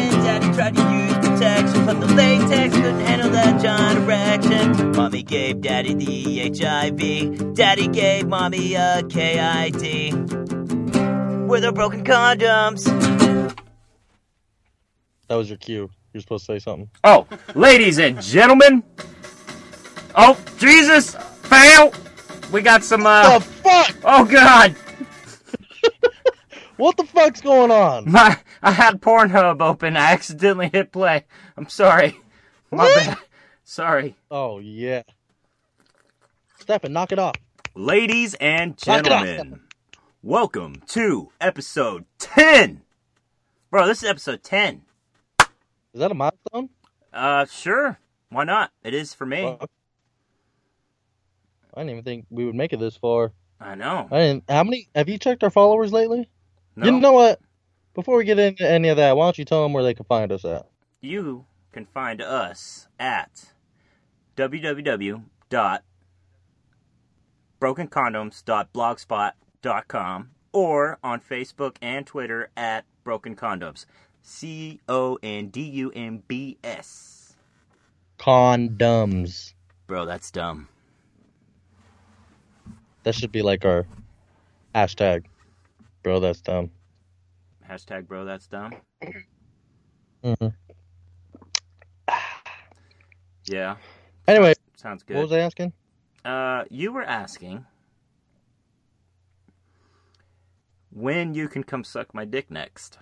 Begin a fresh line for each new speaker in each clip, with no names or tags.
tried to use protection, but the latex couldn't handle that giant erection. Mommy gave daddy the HIV, daddy gave mommy a KID. With our broken condoms.
That was your cue. You're supposed to say something.
Oh, ladies and gentlemen. Oh, Jesus. Fail. We got some, uh.
the fuck?
Oh, God.
What the fuck's going on?
My, I had Pornhub open. I accidentally hit play. I'm sorry. My bad. Sorry.
Oh yeah. Step and knock it off.
Ladies and
Knock it off.
gentlemen, welcome to episode 10. Bro, this is episode 10.
Is that a milestone?
Uh, sure. Why not? It is for me.
Fuck. I didn't even think we would make it this far.
I know.
I didn't. How many? Have you checked our followers lately?
No.
You know what? Before we get into any of that, why don't you tell them where they can find us at?
you can find us at www.brokencondoms.blogspot.com or on Facebook and Twitter at Broken Condoms. C O N D U M B S.
Condoms.
Bro, that's dumb.
That should be like our hashtag. Bro, that's dumb.
Hashtag bro, that's dumb.
Mhm.
Yeah,
Anyway,
sounds good.
what was I asking?
Uh, you were asking when you can come suck my dick next.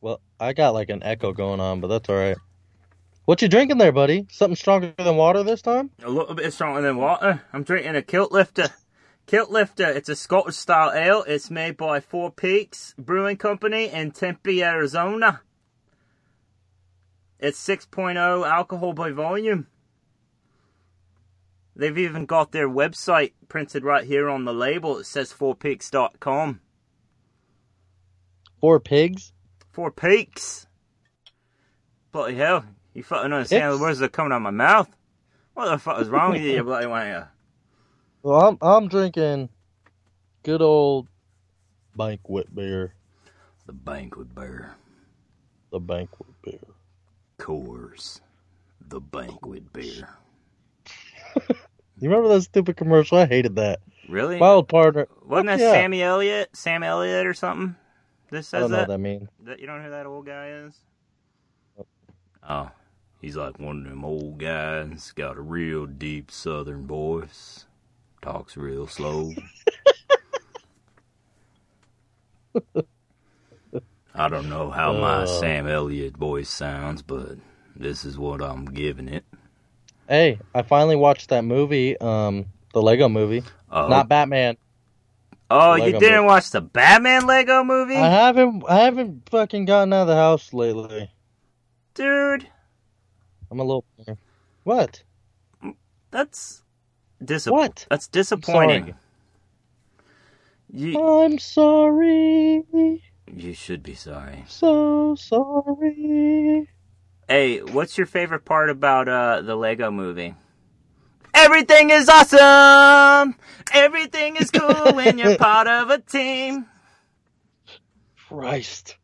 well, I got like an echo going on, but that's all right. What you drinking there, buddy? Something stronger than water this time?
A little bit stronger than water. I'm drinking a kilt lifter. Kilt lifter. It's a Scottish style ale. It's made by Four Peaks Brewing Company in Tempe, Arizona. It's 6.0 alcohol by volume. They've even got their website printed right here on the label. It says fourpeaks.com.
Four pigs?
Four Peaks. Bloody hell. You fucking understand the
It's-
words that are coming out of my mouth? What the fuck is wrong with you, you bloody wanker?
Well, I'm I'm drinking good old banquet beer.
The banquet bear.
The banquet beer.
Coors. The banquet beer.
You remember that stupid commercial? I hated that.
Really?
Wild partner.
Wasn't that
yeah.
Sammy Elliott? Sam Elliott or something? This
I
says
don't know
that?
what that means.
that? You don't know who that old guy is? Oh. He's like one of them old guys. Got a real deep southern voice. Talks real slow. I don't know how my
Uh.
Sam Elliott voice sounds, but this is what I'm giving it.
Hey, I finally watched that movie, um, the Lego movie.
Oh,
Not Batman.
oh
Lego
you didn't
movie. Uh.
watch the Batman Lego movie?
I haven't I haven't fucking gotten out of the house lately.
Dude,
I'm a little What?
that's dis-
What?
That's disappointing. You,
I'm sorry.
you should be sorry.
So sorry.
Hey, what's your favorite part about uh, the Lego movie? Everything is awesome. Everything is cool when you're part of a team.
Christ.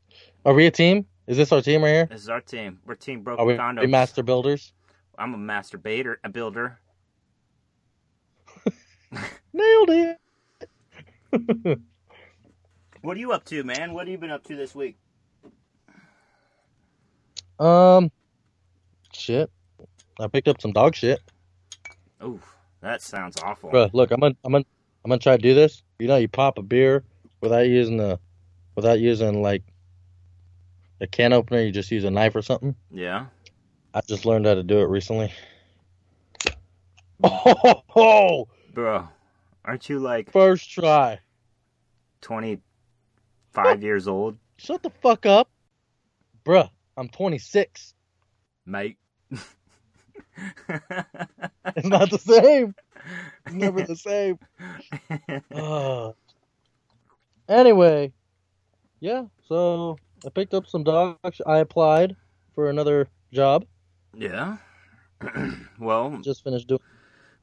Are we a team? Is this our team right here?
This is our team. We're team
Are
broken
we,
condoms.
we master builders?
I'm a masturbator, a builder.
Nailed it.
What are you up to, man? What have you been up to this week?
Um, shit. I picked up some dog shit,
Oof, that sounds awful.
bro. Look, I'm gonna, I'm gonna, I'm gonna try to do this. You know, you pop a beer without using a, without using like a can opener. You just use a knife or something.
Yeah.
I just learned how to do it recently. Oh,
Bro, aren't you like
first try.
25 years old?
Shut the fuck up, bruh. I'm 26.
Mate.
It's not the same. It's never the same. Ugh. anyway, yeah, so I picked up some dog shit. I applied for another job.
yeah. well,
Just finished doing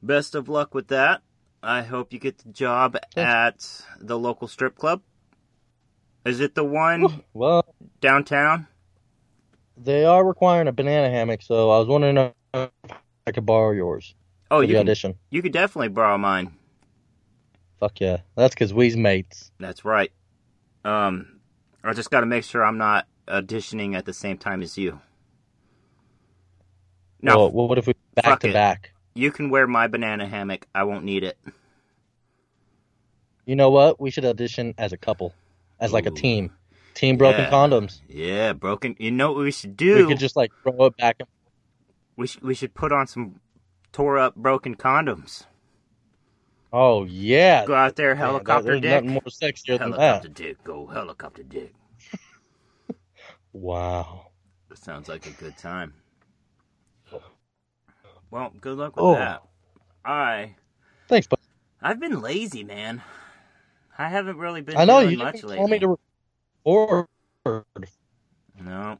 best of luck with that. I hope you get the job
Thanks.
at the local strip club. Is it the one
Well,
downtown?
they are requiring a banana hammock, so I was wondering if I could borrow yours
Oh,
for
you
the
can,
audition.
you could definitely borrow mine.
Fuck yeah, that's because we's mates.
That's right. Um, I just got to make sure I'm not auditioning at the same time as you. Now,
Well, what if we back
fuck
to
it.
back?
you can wear my banana hammock. I won't need it.
You know what? We should audition as a couple, as like a
Ooh.
team, team broken
Yeah.
condoms.
Yeah, broken. You know what we should
We
do?
could just like throw it back. and
we, should, we should put on some tore up broken condoms.
Oh yeah,
Go out there,
Yeah, there-
helicopter
there's
dick.
Nothing more sexier than that.
helicopter dick. Go helicopter dick.
Wow.
That sounds like a good time. Well, good luck with
Oh.
that. I
Thanks, but
I've been lazy, man. I haven't really been
I know
doing
you
much
didn't
lately.
tell me to record. I
No,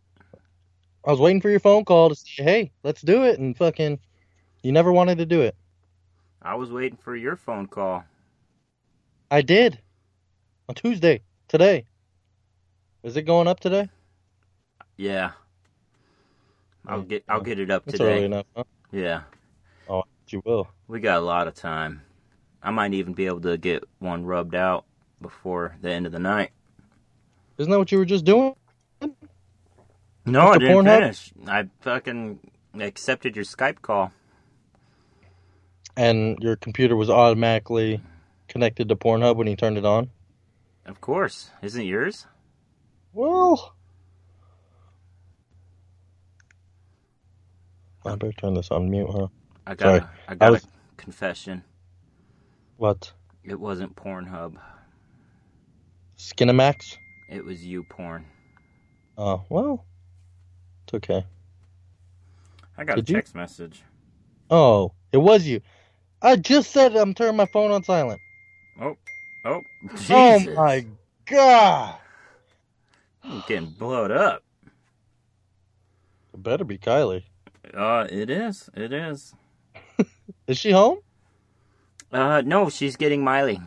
was waiting for your phone call to say, "Hey, let's do it," and fucking, you never wanted to do it.
I was waiting for your phone call.
I did on Tuesday today. Is it going up today?
Yeah. I'll
Yeah,
get I'll
yeah.
get it up
It's
today.
early enough. Huh? Oh,
Yeah.
You will.
We got a lot of time. I might even be able to get one rubbed out before the end of the night.
Isn't that what you were just doing?
No,
Mr.
I didn't
Pornhub?
finish. I fucking accepted your Skype call.
And your computer was automatically connected to Pornhub when you turned it on.
Of course. Isn't it yours?
Well, I better turn this on mute, huh?
I got
Sorry.
a, I got
was-
a confession.
What?
It wasn't Pornhub.
Skinamax?
It was you porn.
Oh, well, it's okay.
I got
Did
a
you?
text message.
Oh, it was you. I just said I'm turning my phone on silent.
Oh, oh, Jesus!
Oh my god!
I'm getting blowed up.
It better be Kylie.
Uh, it is. It is.
Is she home?
Uh, no, she's getting Miley.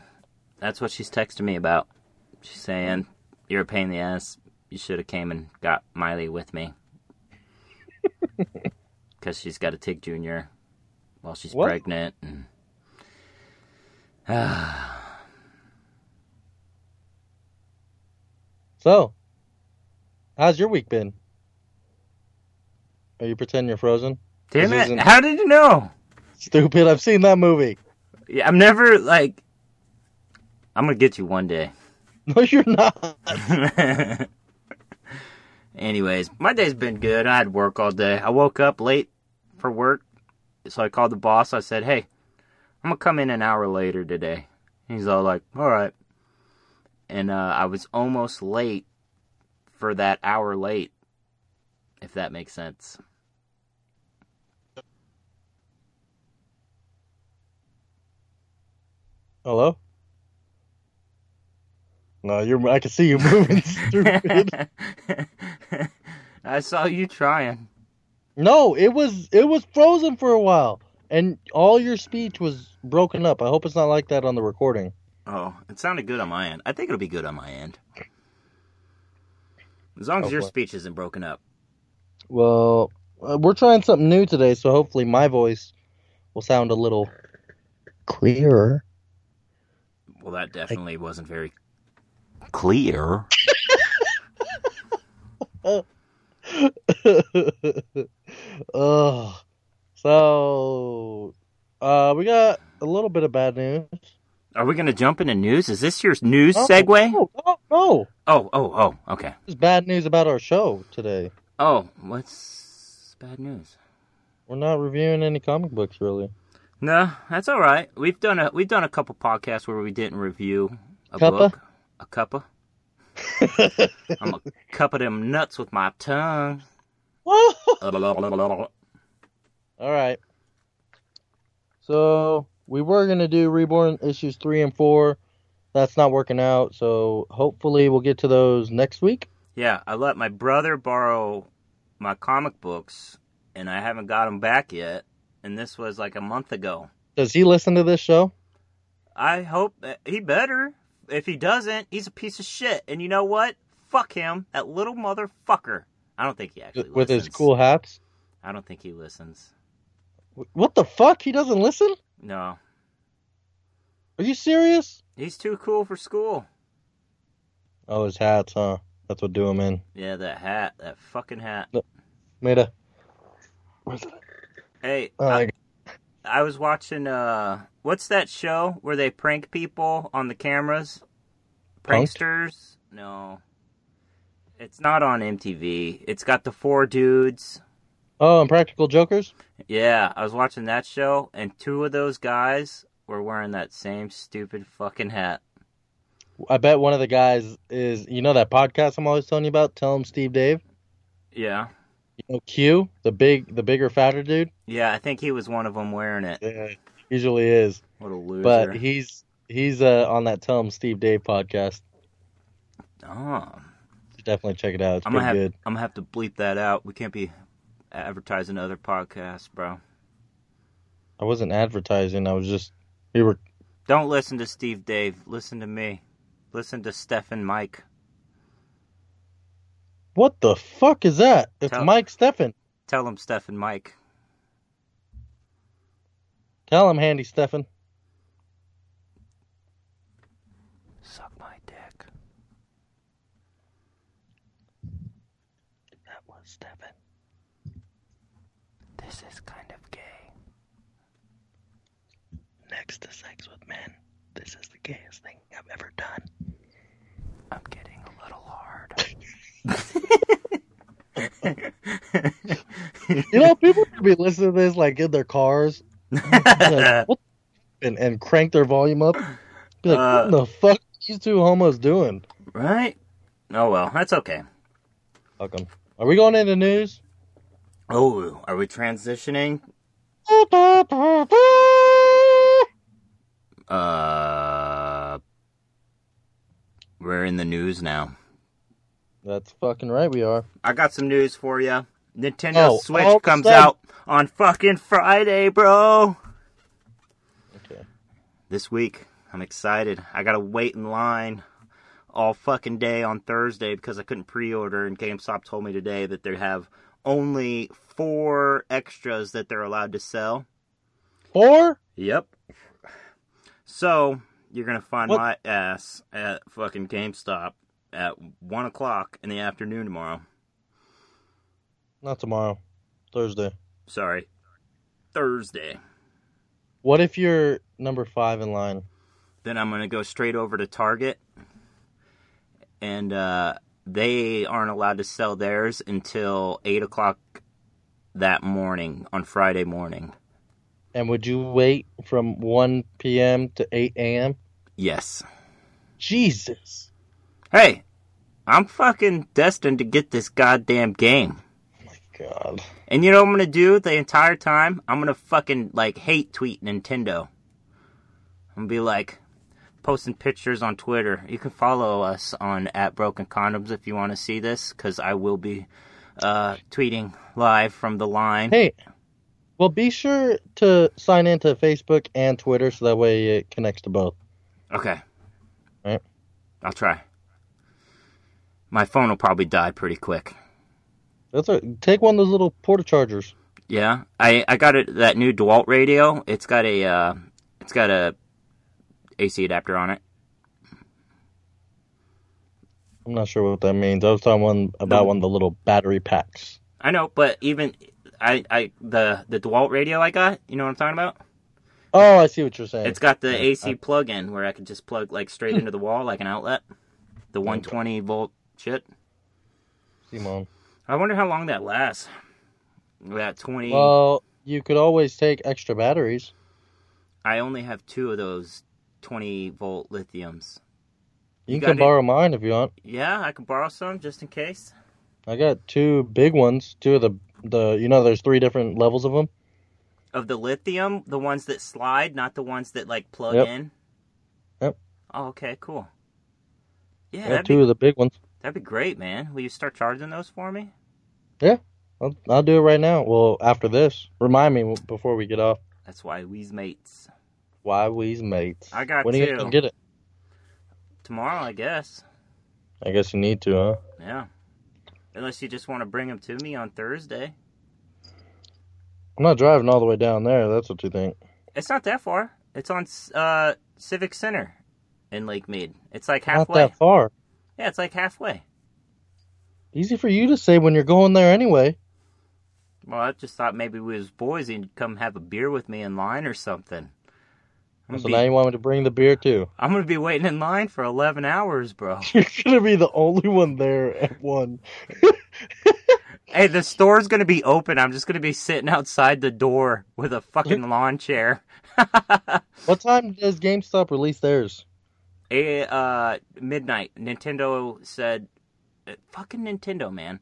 That's what she's texting me about. She's saying, "You're a pain in the ass. You should have came and got Miley with me." Because she's got to take Junior while she's
What?
pregnant. And...
So, how's your week been? Are you pretending you're frozen? This
Damn it!
isn't-
How did you know?
Stupid, I've seen that movie.
Yeah, I'm never like. I'm gonna get you one day.
No, you're not.
Anyways, my day's been good. I had work all day. I woke up late for work, so I called the boss. I said, "Hey, I'm gonna come in an hour later today." He's all like, "All right." And uh, I was almost late for that hour late, if that makes sense.
Hello? No, you're. I can see you moving, stupid.
I saw you trying.
No, it was it was frozen for a while, and all your speech was broken up. I hope it's not like that on the recording.
Oh, it sounded good on my end. I think it'll be good on my end. As long as your
Hopefully.
speech isn't broken up.
Well, uh, we're trying something new today, so hopefully my voice will sound a little clearer.
Well, that definitely wasn't very clear.
Ugh. So, uh, we got a little bit of bad news.
Are we going to jump into news? Is this your news
No,
segue?
Oh, No, no, no.
Oh, oh, oh, okay.
There's bad news about our show today.
Oh, what's bad news?
We're not reviewing any comic books, really.
No, that's all right. We've done a we've done a couple podcasts where we didn't review a
Cuppa?
book, a cuppa. I'm a cup of them nuts with my tongue.
All right. So we were gonna do Reborn issues three and four. That's not working out, so hopefully we'll get to those next week.
Yeah, I let my brother borrow my comic books, and I haven't got them back yet. And this was like a month ago.
Does he listen to this show?
I hope he better. if he doesn't, he's a piece of shit. And you know what? Fuck him, that little motherfucker. I don't think he actually
with his
listens.
cool hats.
I don't think he listens.
Wh- What the fuck? He doesn't listen?
No,
Are you serious?
he's too cool for school.
Oh, his hats, huh? That's what do him in.
Yeah, that hat, that fucking hat.
Made a.
Hey,
Oh,
I,
I-
I was watching. uh What's that show where they prank people on the cameras?
Punk'd?
Pranksters? No, it's not on MTV. It's got the four dudes.
oh, and Practical Jokers.
Yeah, I was watching that show, and two of those guys were wearing that same stupid fucking hat.
I bet one of the guys is you know that podcast I'm always telling you about. Tell him Steve Dave.
Yeah.
You know Q, the big, the bigger, fatter dude.
Yeah, I think he was one of them wearing it.
Yeah, usually is.
What a loser.
But he's he's uh, on that Tell him Steve Dave podcast.
oh, I'm
You should definitely check it out. It's
gonna
pretty
have
good.
I'm gonna have to bleep that out. We can't be advertising other podcasts, bro.
I wasn't advertising. I was just we were.
Don't listen to Steve Dave. Listen to me. Listen to Stefan Mike.
What the fuck is that? It's
Tell-
Mike Steffen.
Tell him Stefan Mike.
Tell him, Handy Steffen.
Suck my dick.
That was Steffen.
This is kind of gay.
Next to sex with men. This is the gayest thing I've ever done.
I'm getting a little hard.
You know, people could be listening to this like in their cars like, what? and, and crank their volume up. Be like,
Uh,
what the fuck are these two homos doing?
right? Oh well, that's okay.
Fuck 'em. Are we going into news?
Oh, are we transitioning? Uh, we're in the news now.
That's fucking right, we are.
I got some news for you. Nintendo
Oh, all of a
Switch comes
sudden-
out on fucking Friday, bro.
Okay.
This week, I'm excited. I gotta wait in line all fucking day on Thursday because I couldn't pre-order, and GameStop told me today that they have only four extras that they're allowed to sell.
Four?
Yep. So you're gonna find
What-
my ass at fucking GameStop at one o'clock in the afternoon tomorrow.
Not tomorrow. Thursday.
Sorry, Thursday.
What if you're number five in line?
Then I'm gonna go straight over to Target, and uh, they aren't allowed to sell theirs until eight o'clock that morning on Friday morning.
And would you wait from 1 p.m. to 8 a.m.?
Yes.
Jesus.
Hey, I'm fucking destined to get this goddamn game.
My God.
And you know what I'm gonna do the entire time? I'm gonna fucking like hate tweet Nintendo. I'm gonna be like posting pictures on Twitter. You can follow us on at Broken Condoms if you want to see this, because I will be uh, tweeting live from the line.
Hey, well, be sure to sign into Facebook and Twitter so that way it connects to both.
Okay.
Alright.
I'll try. My phone will probably die pretty quick.
That's a, take one of those little porta chargers.
Yeah, I I got it that new Dewalt radio. It's got a uh, it's got a AC adapter on it.
I'm not sure what that means. I was talking one about
No.
one of the little battery packs.
I know, but even I, I the the Dewalt radio I got, you know what I'm talking about?
Oh, I see what you're saying.
It's got the
Yeah,
AC
I- Hmm.
plug-in where I could just plug like straight into the wall like an outlet, the 120 volt shit.
Simone.
I wonder how long that lasts. That 20.
Well, you could always take extra batteries.
I only have two of those 20 volt lithiums.
You,
You got
can
it?
borrow mine if you want.
Yeah, I could borrow some just in case.
I got two big ones. Two of the the you know there's three different levels of them.
Of the lithium, the ones that slide, not the ones that like plug
Yep.
in.
Yep.
Oh, okay, cool. Yeah,
I got
that'd
two
be,
of the big ones.
that'd be great, man. Will you start charging those for me?
I'll, I'll do it right now. Well, after this, remind me before we get off.
That's why we's mates.
Why we's mates.
I got
when When
two.
you gonna get it?
tomorrow, I guess.
I guess you need to, huh?
Yeah. Unless you just want to bring them to me on Thursday.
I'm not driving all the way down there. That's what you think.
It's not that far. It's on uh, Civic Center in Lake Mead. It's like
Not
halfway.
that far.
Yeah, it's like halfway.
Easy for you to say when you're going there anyway.
Well, I just thought maybe we was boys and you'd come have a beer with me in line or something. I'm
So
gonna, be,
now you want me to bring the beer too.
I'm gonna be waiting in line for 11 hours, bro.
You're gonna be the only one there at one.
hey, the store's gonna be open. I'm just gonna be sitting outside the door with a fucking lawn chair.
What time does GameStop release theirs?
Eh, uh, midnight. Nintendo said, eh, "Fucking Nintendo, man!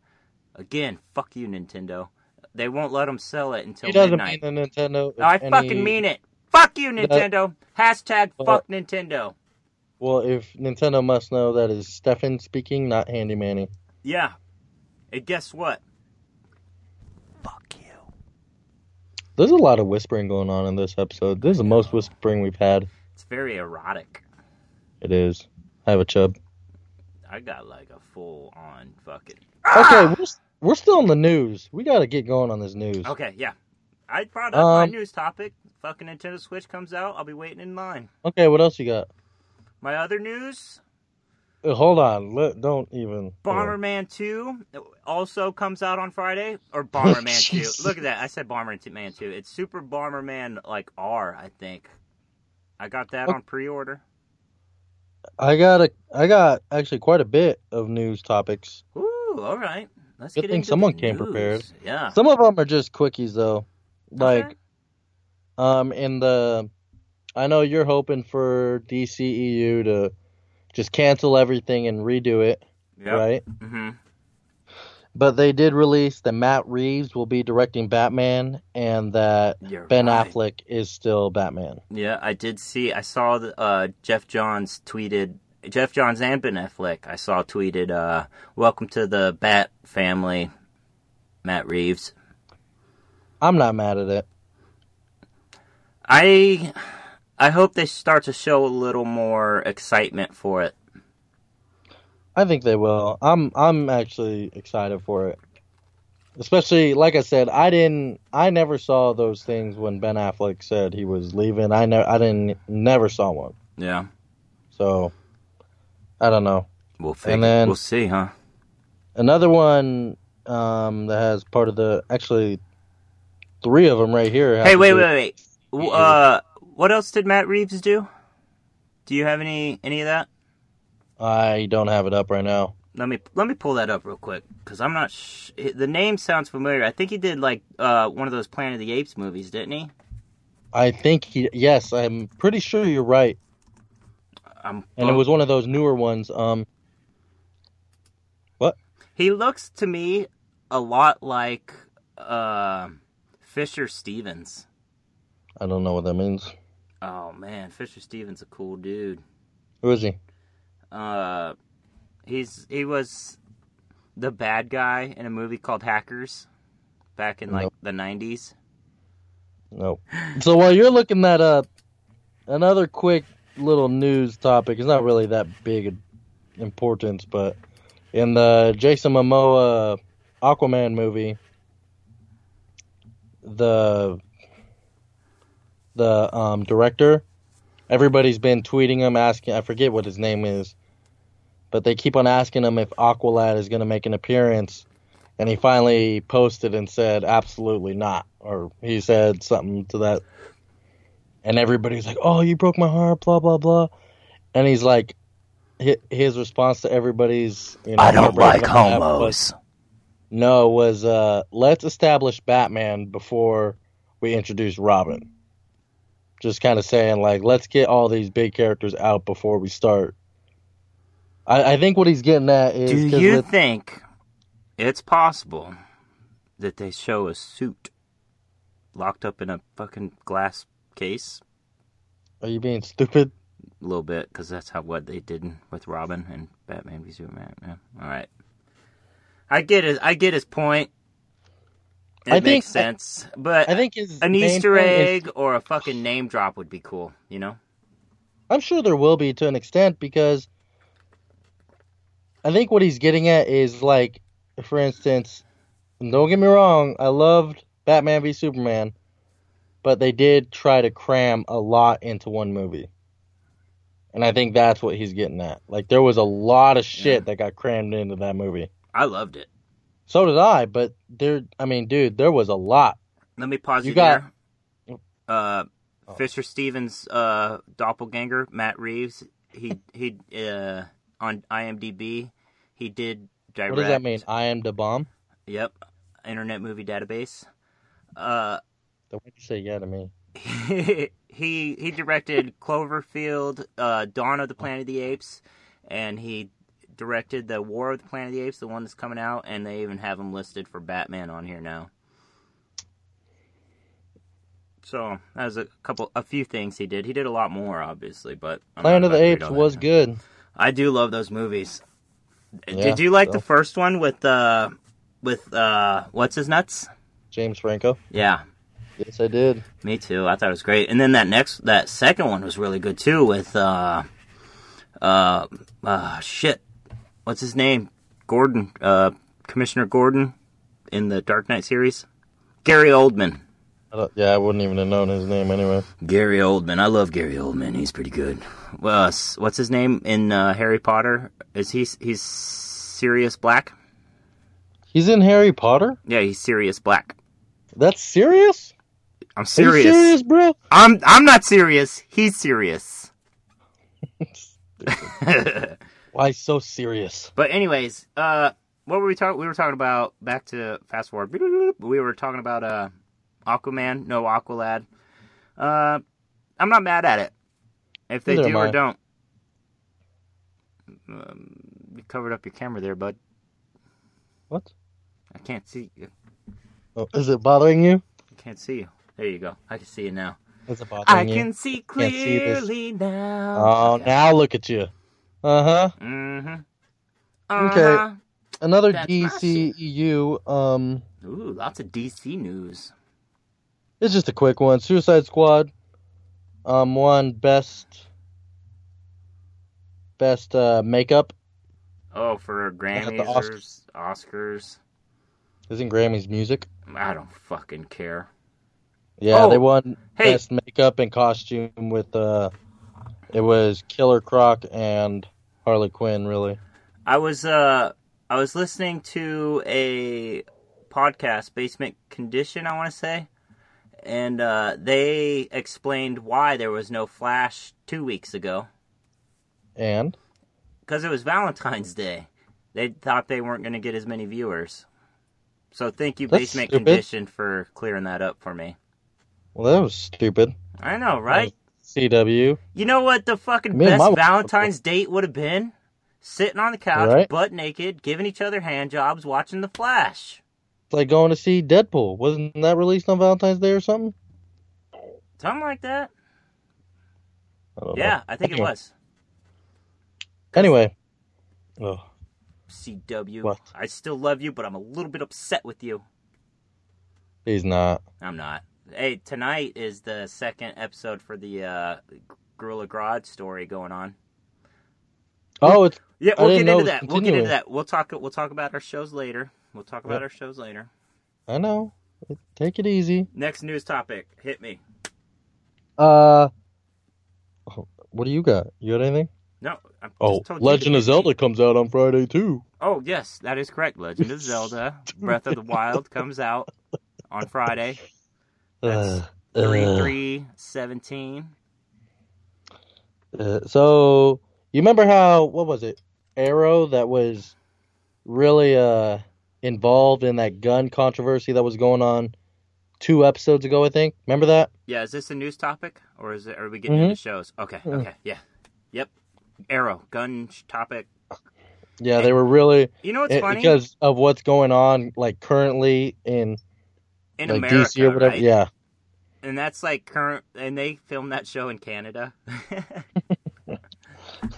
Again, fuck you, Nintendo. They won't let them sell it until
He doesn't
midnight."
mean the Nintendo.
No, I
if any-
fucking mean it. Fuck you,
That-
Nintendo. Hashtag
Well-
fuck Nintendo.
Well, if Nintendo must know, that is Stefan speaking, not Handy Manny.
Yeah. And guess what? Fuck you.
There's a lot of whispering going on in this episode. This is the most whispering we've had.
It's very erotic.
It is. I have a chub.
I got like a full on fucking.
Okay,
Ah!
we're, s- we're still in the news. We got to get going on this news.
Okay, yeah. I brought up my
Um,
news topic. Fucking Nintendo Switch comes out. I'll be waiting in line.
Okay, what else you got?
My other news
Uh, Hold on. Let, don't even.
Bomberman 2 also comes out on Friday.
Oh,
Or Bomberman 2.
Jesus.
Look at that. I said Bomberman 2. It's Super Bomberman, like R, I think. I got that
Okay.
on pre order.
I got a. I got actually quite a bit of news topics.
Ooh, all right. Let's
Good
get
thing
into
someone
the
came
news.
prepared.
Yeah.
Some of them are just quickies though. Like
Okay.
um in the I know you're hoping for DCEU to just cancel everything and redo it, right?
hmm
But they did release that Matt Reeves will be directing Batman and that
You're
Ben
right.
Affleck is still Batman.
Yeah, I did see. I saw the, uh, Jeff Johns tweeted. Jeff Johns and Ben Affleck. I saw tweeted. Uh, Welcome to the Bat family, Matt Reeves.
I'm not mad at it.
I I hope they start to show a little more excitement for it.
I think they will. I'm I'm actually excited for it. Especially like I said, I didn't I never saw those things when Ben Affleck said he was leaving. I ne- I didn't never saw one.
Yeah,
So I don't know.
we'll figure.
then-
we'll see, huh?
Another one um, that has part of the actually three of them right here. have
Hey,
to
wait,
do-
wait, wait. W- Uh, what else did Matt Reeves do? Do you have any any of that?
I don't have it up right now.
Let me let me pull that up real quick because I'm not. Sh- the name sounds familiar. I think he did like uh, one of those Planet of the Apes movies, didn't he?
I think he. Yes, I'm pretty sure you're right.
I'm,
And it was one of those newer ones. Um,
He looks to me a lot like uh, Fisher Stevens.
I don't know what that means.
Oh man, Fisher Stevens a cool dude.
Who is he?
Uh, he's he was the bad guy in a movie called Hackers back in like
Nope.
the 90s.
Nope. So while you're looking that up, another quick little news topic. It's not really that big in importance, but in the Jason Momoa Aquaman movie, the the um, director, everybody's been tweeting him asking. I forget what his name is, but they keep on asking him if Aqualad is going to make an appearance and he finally posted and said absolutely not or he said something to that and everybody's like oh you broke my heart blah blah blah and he's like hi- his response to everybody's you know "You're breaking my heart," was- no was uh let's establish batman before we introduce robin just kind of saying like let's get all these big characters out before we start i, I think what he's getting at is
Do
'cause
you
with-
think it's possible that they show a suit locked up in a fucking glass case?
are you being stupid
A little bit, because that's how what they did with Robin and Batman v Superman. Yeah. All right, I get it. I get his point. It
I think-
makes sense, but
I think his
an
main
Easter
thing is-
egg or a fucking name drop would be cool. You know?
I'm sure there will be to an extent because I think what he's getting at is like, for instance, and don't get me wrong, I loved Batman v Superman, but they did try to cram a lot into one movie. And I think that's what he's getting at. Like there was a lot of shit that got crammed into that movie.
I loved it.
So did I, but there I mean, dude, there was a lot.
Let me pause you,
You got- Oh.
there. Uh, Fisher Stevens' uh, doppelganger, Matt Reeves. He he uh, on IMDb. He did direct.
What does that mean? I am the bomb?
Yep, Internet Movie Database. Uh,
Why'd you say yeah to me?
he he directed Cloverfield, uh, Dawn of the Planet of the Apes, and he directed the War of the Planet of the Apes, the one that's coming out, and they even have him listed for Batman on here now. So that was a couple, a few things he did. He did a lot more, obviously, but I'm not
Planet of
about
the
to read
Apes
all that
was
now.
good.
I do love those movies.
Yeah,
did you like the
so.
first one with uh with uh what's his nuts?
James Franco.
Yeah,
Yes, I did.
Me too. I thought it was great. And then that next, that second one was really good too. With uh, uh, uh shit, what's his name? Gordon, uh, Commissioner Gordon, in the Dark Knight series. Gary Oldman.
I don't, yeah, I wouldn't even have known his name anyway.
Gary Oldman. I love Gary Oldman. He's pretty good. Well, uh, what's his name in uh, Harry Potter? Is he he's Sirius Black?
He's in Harry Potter?
Yeah, he's Sirius Black.
That's serious?
I'm
Are you
serious.
serious, bro?
I'm I'm not serious. He's serious.
Why so serious?
But anyways, uh, what were we talking? We were talking about back to fast forward. We were talking about uh, Aquaman, no Aqualad. Uh, I'm not mad at it if they
Neither
do
am
or
I.
don't. Um, you covered up your camera there, bud.
What?
I can't see. you.
Oh, is it bothering you?
I can't see you. There you go. I can see you now.
Is it bothering
I
you?
can see
Can't see this.
clearly now.
Oh, now look at you. Uh huh.
Mm-hmm.
Okay.
Uh-huh.
Another
That's
DCEU. Um,
Ooh, lots of DC news.
it's just a quick one. Suicide Squad. Um, won best best uh makeup.
Oh, for
at the
Grammys,
Oscars.
or Oscars.
Isn't Grammy's music?
I don't fucking care.
Yeah,
Oh,
they won
hey.
best makeup and costume with uh, it was Killer Croc and Harley Quinn. Really,
I was uh I was listening to a podcast, Basement Condition, I want to say, and uh, they explained why there was no Flash two weeks ago
and
because it was Valentine's Day. They thought they weren't going to get as many viewers. So thank you,
That's
Basement
stupid.
Condition, for clearing that up for me.
well, that was stupid.
I know, right?
CW.
You know what the fucking
Me and my
best
wife-
Valentine's date would have been? Sitting on the couch,
Right.
butt naked, giving each other hand jobs, watching The Flash.
It's like going to see Deadpool. Wasn't that released on Valentine's Day or something?
Something like that.
I don't know.
Yeah, I think it
Anyway.
was.
Anyway. Oh.
CW.
What?
I still love you, but I'm a little bit upset with you.
He's not.
I'm not. Hey, tonight is the second episode for the uh, Gorilla Grodd story going on.
Oh, it's
Yeah,
I
we'll
didn't
get
know
into
it was
that. We'll get into
continuing.
that. We'll talk. We'll talk about our shows later. We'll talk about
Yep.
our shows later.
I know. Take it easy.
Next news topic. Hit me.
Uh what do you got? You got anything?
No. I'm
Oh,
just told you to
Legend of
hit me.
Zelda comes out on Friday too.
Oh yes, that is correct. Legend of Zelda: Breath of the Wild comes out on Friday, That's
Uh,
three
uh,
three seventeen.
uh, so you remember how what was it? Arrow that was really uh involved in that gun controversy that was going on two episodes ago, I think. Remember that?
Yeah, is this a news topic or is it? Are we getting
Mhm.
into shows? Okay,
Mm.
okay, yeah, yep. Arrow gun sh- topic.
Yeah, they were really
You know what's
it-
funny
because of what's going on like currently in,
in
like
America,
DC or whatever.
right?
Yeah,
And that's like current, and they filmed that show in Canada.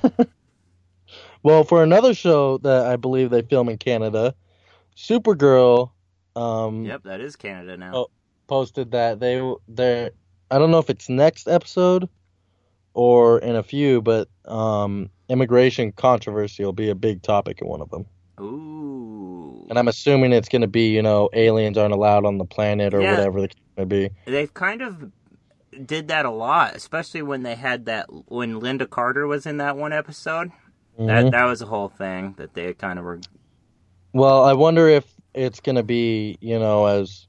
Well, for another show that I believe they film in Canada, Supergirl um,
yep, that is Canada now.
Oh. posted that they they I don't know if it's next episode or in a few, but um, immigration controversy will be a big topic in one of them.
Ooh.
And I'm assuming it's going to be, you know, aliens aren't allowed on the planet or
Yeah.
whatever the case may be.
They've kind of did that a lot, especially when they had that when Linda Carter was in that one episode. That
Mhm.
that was a whole thing that they kind of were.
Well, I wonder if it's going to be, you know, as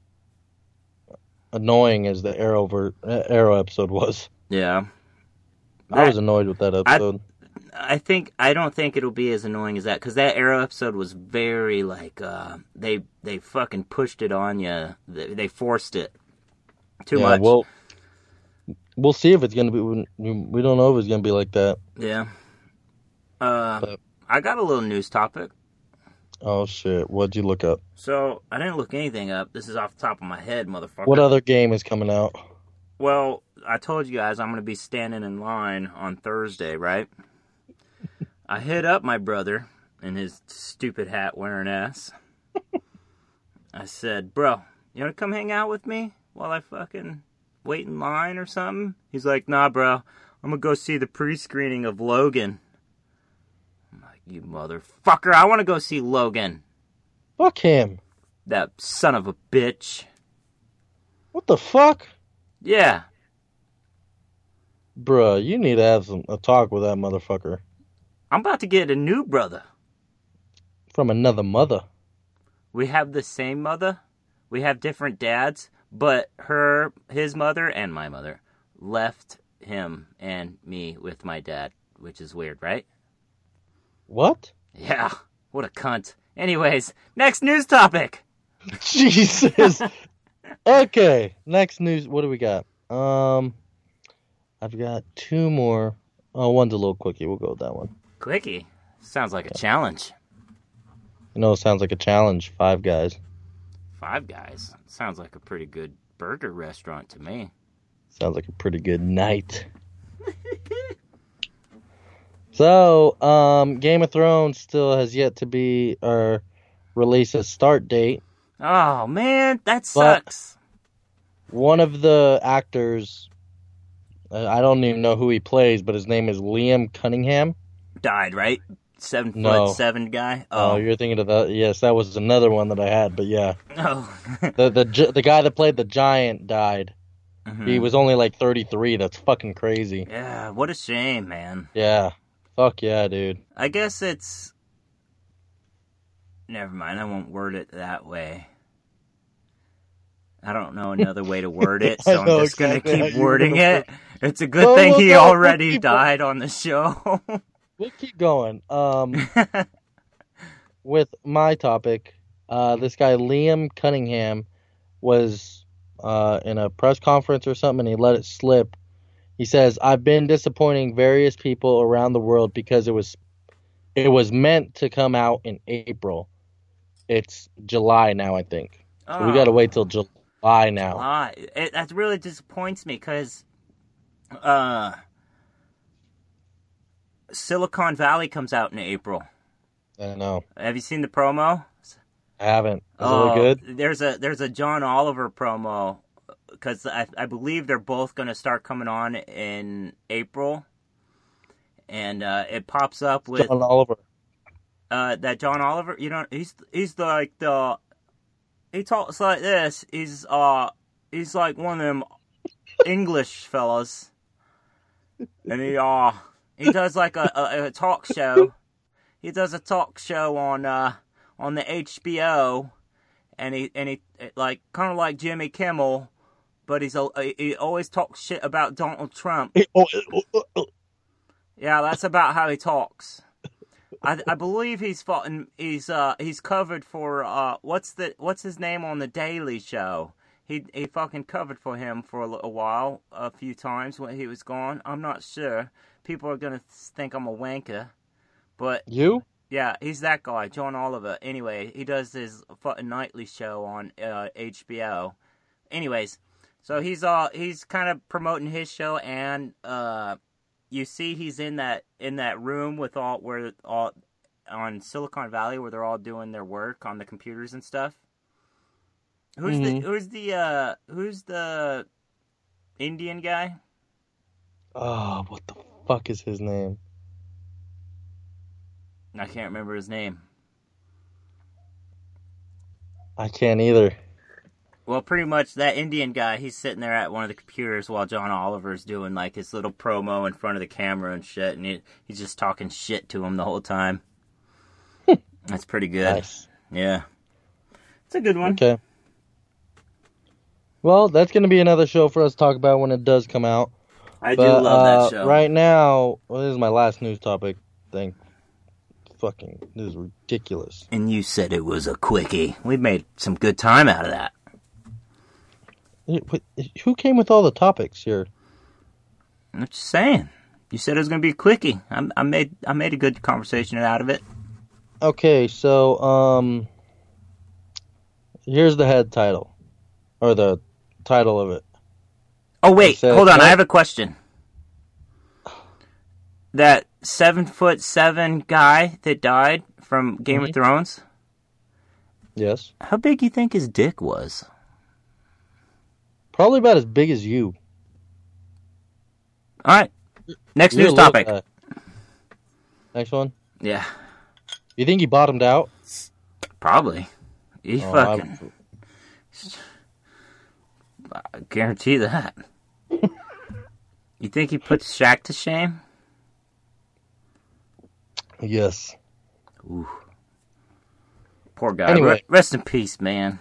annoying as the Arrow ver- uh, Arrow episode was.
Yeah.
I was annoyed with that episode.
I think I don't think it'll be as annoying as that because that Arrow episode was very like uh, they they fucking pushed it on you. They, they forced it too
yeah,
much.
Well, we'll see if it's going to be. we- We don't know if it's going to be like that.
yeah. Uh,
But-
I got a little news topic.
Oh shit! What'd you look up?
So I didn't look anything up. This is off the top of my head, motherfucker.
What uh, other game is coming out?
Well, I told you guys I'm going to be standing in line on Thursday, right? I hit up my brother and his stupid hat wearing ass. I said, Bro, you want to come hang out with me while I fucking wait in line or something? He's like, Nah, bro, I'm going to go see the pre screening of Logan. I'm like, You motherfucker, I want to go see Logan.
Fuck him!
That son of a bitch.
What the fuck,
Yeah.
bruh? You need to have some a talk with that motherfucker
I'm about to get a new brother.
from another mother.
we have the same mother we have different dads but her his mother and my mother left him and me with my dad which is weird right
What?
yeah what a cunt anyways next news topic
Jesus. okay, next news. What do we got? Um, I've got two more. Oh, one's a little quickie. We'll go with that one.
quickie sounds like a challenge
You know, it sounds like a challenge. Five guys.
five guys sounds like a pretty good burger restaurant to me
Sounds like a pretty good night. so, um, Game of Thrones still has yet to be or release a start date.
oh man that
But-
sucks
One of the actors, uh, I I don't even know who he plays, but his name is Liam Cunningham.
died right seven foot
No.
seven guy
Oh,
oh
you're thinking of that? Yes, that was another one that I had. But yeah,
no
the the gi- the guy that played the giant died. He was only like 33. That's fucking crazy.
yeah what a shame man
Yeah, fuck yeah, dude.
I guess it's. Never mind. I won't word it that way. I don't know another way to word it,
I
so I'm
know
just gonna
exactly how
keep
you
wording
wanna
it. It's a good
No,
thing
no,
he
no, we'll
already
keep-
died on the show.
We'll keep going. Um, with my topic, uh, this guy Liam Cunningham was uh in a press conference or something, and he let it slip. He says, "I've been disappointing various people around the world because it was it was meant to come out in April. It's July now, I think." So we got to wait till July now.
July. Oh, It, that really disappoints me because uh, Silicon Valley comes out in April.
I know.
Have you seen the promo?
I haven't. Is
Oh,
it look good?
There's a there's a John Oliver promo because I I believe they're both going to start coming on in April, and uh, it pops up with
John Oliver.
uh, that John Oliver. You know, he's he's the, like the he talks like this. He's uh he's like one of them English fellas, and he uh he does like a, a, a talk show. He does a talk show on uh on the HBO, and he and he like kind of like Jimmy Kimmel. But he's al- he always talks shit about Donald Trump,
Oh, oh, oh, oh.
yeah, that's about how he talks. I, I believe he's fought and he's uh he's covered for uh what's the what's his name on the Daily Show? He he fucking covered for him for a little while, a few times when he was gone. I'm not sure. People are gonna think I'm a wanker, but
You?
yeah, he's that guy, John Oliver. Anyway, he does his fucking nightly show on uh, HBO. Anyways, so he's all he's kind of promoting his show, and uh, you see he's in that in that room with all where all on Silicon Valley where they're all doing their work on the computers and stuff. Who's
Mhm.
the who's the uh, who's the Indian guy?
Oh, what the fuck is his name?
I can't remember his name.
I can't either.
Well, pretty much that Indian guy, he's sitting there at one of the computers while John Oliver's doing like his little promo in front of the camera and shit, and he, he's just talking shit to him the whole time. That's pretty good.
Nice.
Yeah. It's a good one.
Okay. Well, that's going to be another show for us to talk about when it does come out.
I do
But,
love
uh,
that show.
Right now, well, this is my last news topic thing. Fucking, this is ridiculous.
And you said it was a quickie. We made some good time out of that.
It- wh- Who came with all the topics here?
I'm just saying. You said it was gonna be a quickie. I, I made I made a good conversation out of it.
Okay, so um, here's the head title, or the title of it.
Oh wait,
said-
hold on. I
what?
have a question. That seven foot seven guy that died from Game of Thrones.
Yes,
Mm-hmm. How big you think his dick was?
probably about as big as you.
All right. Next
You're a
news
little
topic.
guy. Next one.
Yeah,
You think he bottomed out?
probably. He
Oh, I-
fucking I guarantee that. you think he puts Shaq to shame?
yes.
Ooh. Poor guy.
Anyway.
Re- Rest in peace, man.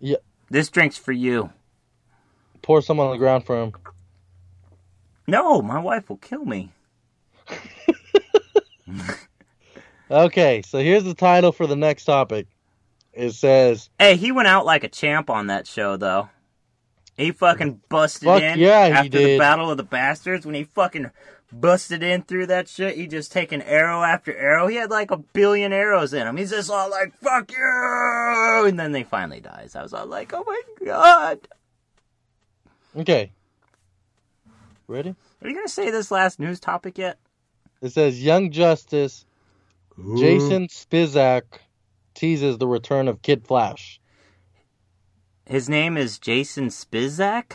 Yeah.
This drink's for you.
Pour some on the ground for him.
No, my wife will kill me.
Okay, so here's the title for the next topic. It says,
Hey, he went out like a champ on that show, though. He fucking busted
Fuck
in
yeah, he
after the
did.
Battle of the Bastards when he fucking busted in through that shit. He just taking arrow after arrow. He had like a billion arrows in him. He's just all like, fuck you! And then they finally dies. I was all like, oh my god.
okay. Ready?
Are you going to say this last news topic yet?
It says, Young Justice Jason Spizak teases the return of Kid Flash.
His name is Jason Spizak?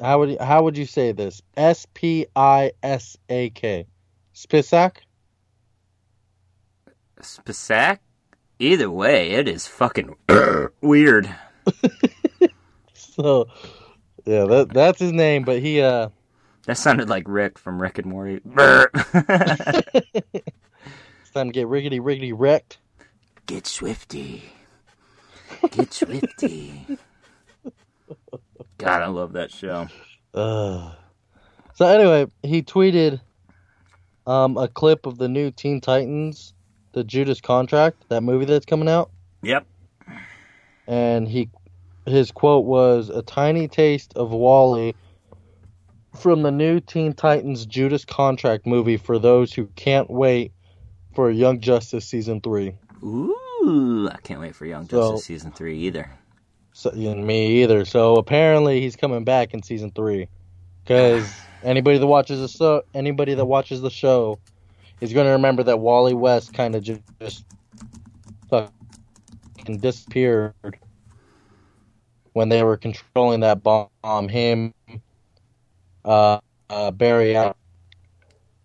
How would you, how would you say this? S P I S A K. Spizak?
Spizak? Either way, it is fucking weird.
So yeah, that that's his name, but he uh
That sounded like Rick from Rick and Morty. Brr.
it's time to get riggedy riggedy wrecked.
Get swifty. Get swifty. God, I love that show.
Ugh. So anyway, he tweeted um a clip of the new Teen Titans, the Judas Contract, that movie that's coming out,
Yep.
and he his quote was a tiny taste of Wally from the new Teen Titans Judas Contract movie for those who can't wait for Young Justice season 3.
Ooh, I can't wait for Young
So-
Justice season three either.
So, and me either. So apparently he's coming back in season three, because anybody that watches the show, anybody that watches the show, is going to remember that Wally West kind of just, just fucking disappeared when they were controlling that bomb. Him, uh, uh, Barry, out,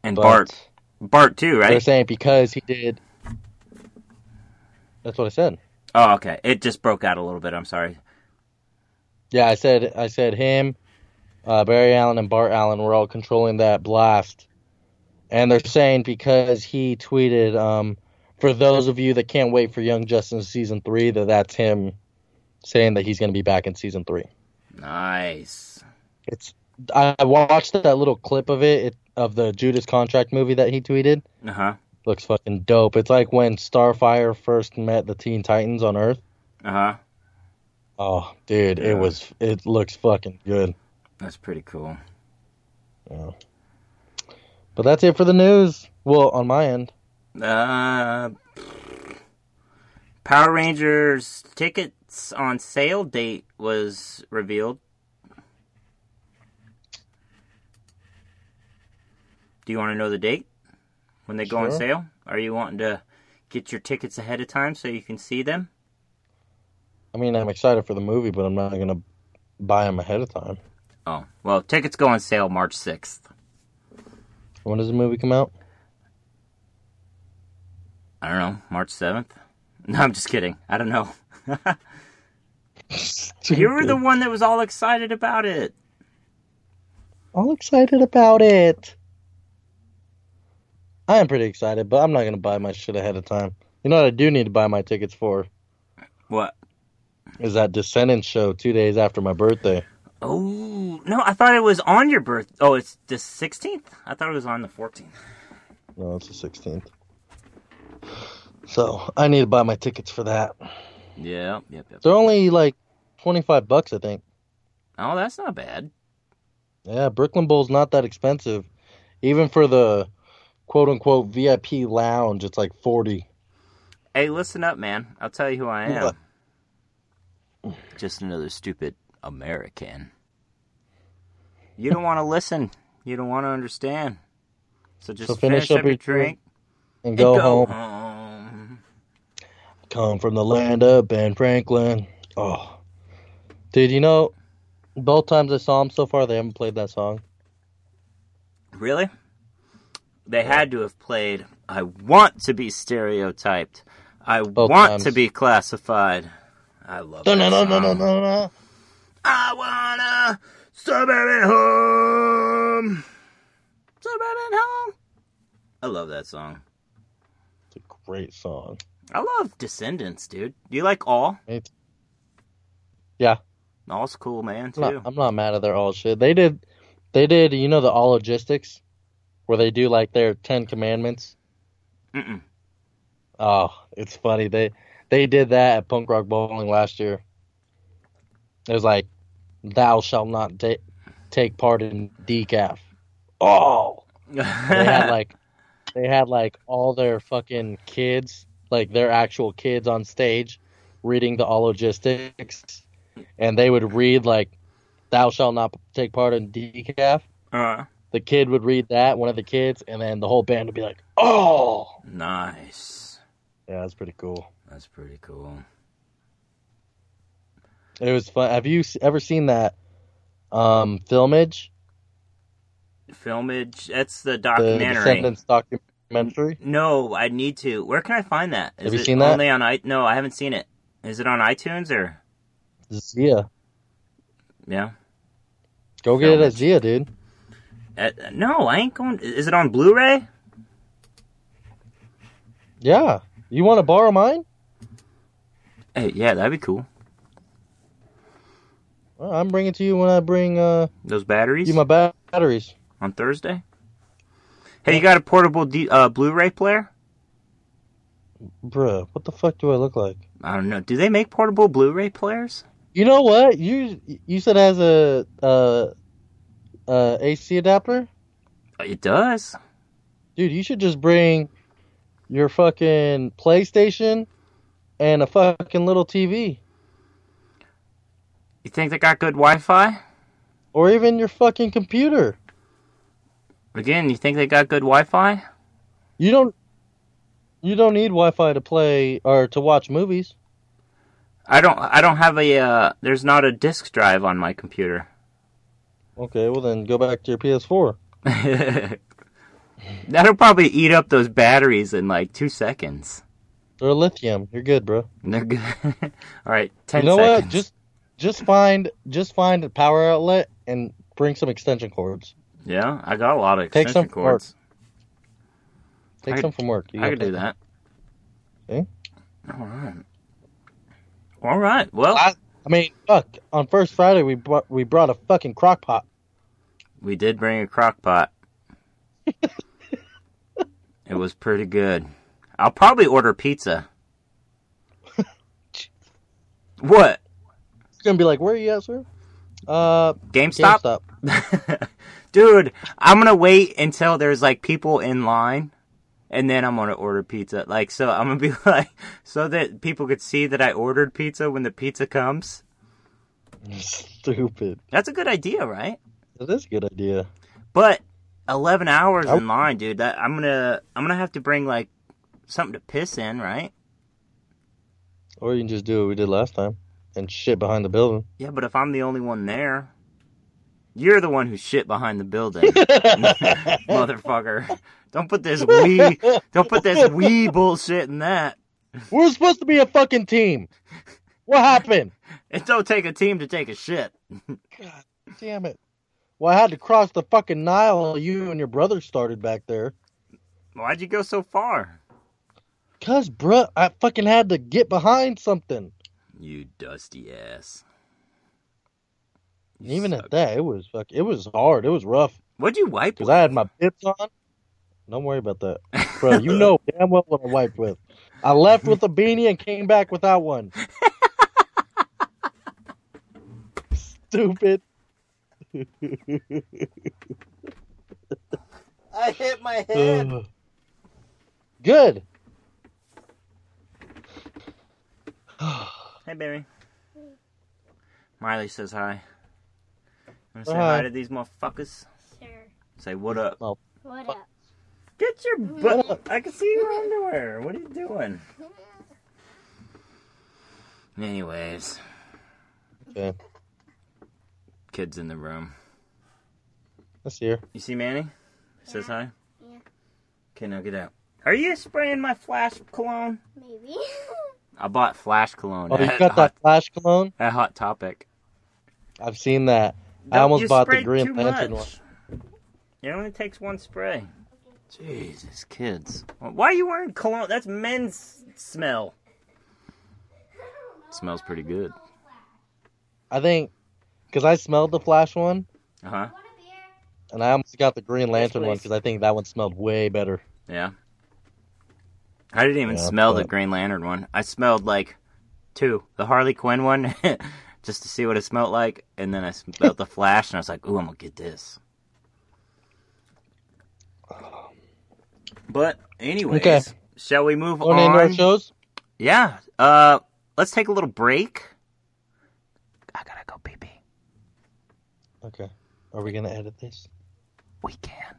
And
but
Bart, Bart too,
they're
right?
saying because he did. That's what I said.
Oh, okay. It just broke out a little bit. I'm sorry.
Yeah, I said I said him, uh, Barry Allen, and Bart Allen were all controlling that blast, and they're saying because he tweeted, um, for those of you that can't wait for Young Justice season three, that that's him saying that he's going to be back in season three.
Nice.
It's I I watched that little clip of it, it of the Judas Contract movie that he tweeted.
Uh huh.
Looks fucking dope. It's like when Starfire first met the Teen Titans on Earth.
Uh huh.
Oh, dude,
Yeah.
it was it looks fucking good.
That's pretty cool.
But that's it for the news. Well, on my end.
Uh, Power Rangers tickets on sale date was revealed. Do you want to know the date when they go on
Sure.
sale? Are you wanting to get your tickets ahead of time so you can see them?
I mean, I'm excited for the movie, but I'm not gonna buy them ahead of time.
Oh, well, tickets go on sale March 6th.
When does the movie come out?
I don't know, March 7th? No, I'm just kidding. I don't know. you were the one that was all excited about it.
all excited about it. I am pretty excited, but I'm not gonna buy my shit ahead of time. You know what I do need to buy my tickets for
What?
is that Descendants show two days after my birthday.
Oh, no, I thought it was on your birth. Oh, it's the 16th? I thought it was on the 14th.
No, it's the 16th. So I need to buy my tickets for that.
Yeah, yep, yep.
They're only like 25 bucks, I think.
Oh, that's not bad.
Yeah, Brooklyn Bowl's not that expensive, even for the quote unquote VIP lounge. It's like 40.
Hey, listen up, man. I'll tell you who I am.
What?
Just another stupid American. You don't want to listen. You don't want to understand. So just
So
finish, up, your drink
And
and
go, home.
home.
Come from the land of Ben Franklin. Oh, dude, you know, both times I saw them so far, they haven't played that song.
Really? They had to have played I want to be stereotyped. I want to
times.
be classified. I love that song.
Da-na-na-na-na-na-na.
I wanna suburban home. Suburban home. I love that song.
It's a great song.
I love Descendants, dude. You like All?
It's- Yeah.
All's cool, man,
I'm
too.
not, I'm not mad at their all shit. They did, they did. You know the all logistics, where they do like their Ten Commandments.
Mm-mm.
Oh, it's funny. They they did that at Punk Rock Bowling last year. It was like, "Thou shalt not ta- take part in decaf." Oh, they had like they had like all their fucking kids, like their actual kids on stage reading the allogistics and they would read like thou shalt not take part in decaf.
uh,
The kid would read that, one of the kids, and then the whole band would be like, "Oh."
nice.
Yeah, that's pretty cool.
That's pretty cool.
It was fun. Have you s- ever seen that um filmage?
Filmage. That's the
The
documentary.
Descendants documentary?
no, I need to. Where can I find that? Is
Have you
it
seen that?
Only on i. No, I haven't seen it. Is it on iTunes or?
Zia.
Yeah.
Go get it
Filmage.
at Zia, dude.
Uh, no, I ain't going. Is it on Blu-ray?
Yeah. You want to borrow mine?
Hey, yeah, that'd be cool.
Well, I'm bringing it to you when I bring uh
Those batteries
you my ba- batteries.
on Thursday. Hey, you got a portable D, uh, Blu-ray player?
Bruh, what the fuck do I look like?
I don't know. Do they make portable Blu-ray players?
You know what? You you said it has a uh uh AC adapter?
Uh, It does.
Dude, you should just bring your fucking PlayStation and a fucking little TV.
You think they got good Wi-Fi?
Or even your fucking computer.
Again, you think they got good Wi-Fi?
You don't you don't need Wi Fi to play or to watch movies.
I don't. I don't have a. Uh, there's not a disk drive on my computer.
Okay, well then go back to your PS4.
That'll probably eat up those batteries in like two seconds.
They're lithium. You're good, bro.
And they're good. All right, ten
you know
seconds.
what? Just just find just find a power outlet and bring some extension cords.
yeah, I got a lot of
Take
extension
some from
cords.
Take
I-
some from work. You got
I could do that.
Okay.
All right. All right. Well,
I- I mean, fuck. On first Friday, we brought we brought a fucking crock pot.
we did bring a crock pot. it was pretty good. I'll probably order pizza. what?
It's gonna be like, where are you at, sir? Uh,
GameStop?
GameStop.
Dude, I'm gonna wait until there's like people in line, and then I'm gonna order pizza. Like, so I'm gonna be like, so that people could see that I ordered pizza when the pizza comes.
Stupid.
That's a good idea, right?
That is a good idea.
But 11 hours
I-
in line, dude. That I'm gonna, I'm gonna have to bring like something to piss in, right?
Or you can just do what we did last time and shit behind the building.
Yeah, but if I'm the only one there, You're the one who shit behind the building, motherfucker. Don't put this wee, don't put this wee bullshit in that.
We're supposed to be a fucking team. What happened?
It don't take a team to take a shit.
God damn it. Well, I had to cross the fucking Nile. You and your brother started back there.
Why'd you go so far?
Cause, bruh, I fucking had to get behind something.
You dusty ass.
And even
Suck.
at that, it was fuck. It was hard. It was rough.
What'd you wipe
Cause
with?
I had my bits on. Don't worry about that, bro. You know damn well what I wiped with. I left with a beanie and came back without one. Stupid.
I hit my
Ugh. Good.
Hey, baby. Miley says hi. Wanna say
Hi.
hi to these motherfuckers?
Sure.
Say what up.
What up?
Get your butt. I can see your underwear. What are you doing? Anyways,
Okay,
kids in the room.
that's here.
You see Manny? He Says hi.
Yeah.
Okay, now get out. Are you spraying my flash cologne?
Maybe.
I bought flash cologne
Oh, you
at,
got
hot,
that flash cologne?
at Hot Topic.
I've seen that. I
Don't
almost
you
bought the
spray
Green
too
Lantern one.
much. It only takes one spray. Jesus, kids. Why are you wearing cologne? That's men's smell. smells pretty good.
I think because I smelled the Flash one,
Uh huh.
Want a beer?
and I almost got the Green Lantern one
please.
because I think that one smelled way better.
Yeah. I didn't even
Yeah,
smell the
but-
Green Lantern one. I smelled like two. The Harley Quinn one, just to see what it smelled like. And then I smelled the Flash, and I was like, ooh, I'm going to get this. But, anyways,
Okay.
shall we move
Want to end our
on?
shows?
Yeah. Uh, let's take a little break. I gotta go pee pee.
Okay. Are we gonna edit this?
We can.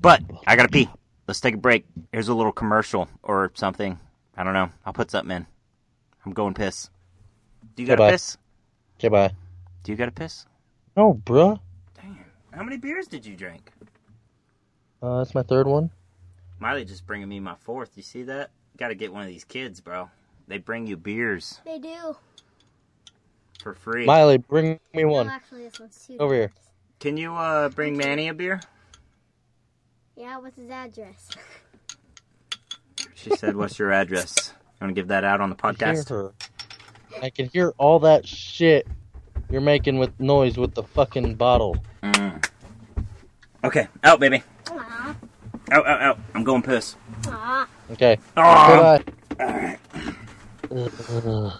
But I gotta pee. Let's take a break. Here's a little commercial or something. I don't know. I'll put something in. I'm going piss. Do you gotta
Bye-bye.
piss?
Okay, bye.
Do you gotta piss?
No, bruh.
Damn. How many beers did you drink?
Uh, that's my third one.
Miley just bringing me my fourth. You see that? Gotta get one of these kids, bro. They bring you beers
They do.
for free.
Miley, bring me
No,
one
Oh, actually, this one's two.
over here.
Can you uh bring Manny a beer?
Yeah, what's his address?
She said, "What's your address?" You want to give that out on the
I can hear
podcast?
her. I can hear all that shit you're making with noise with the fucking bottle.
Mm. Okay, out, baby.
Aw,
Out, out, out. I'm going piss.
aw.
Okay.
Oh,
Goodbye. Uh,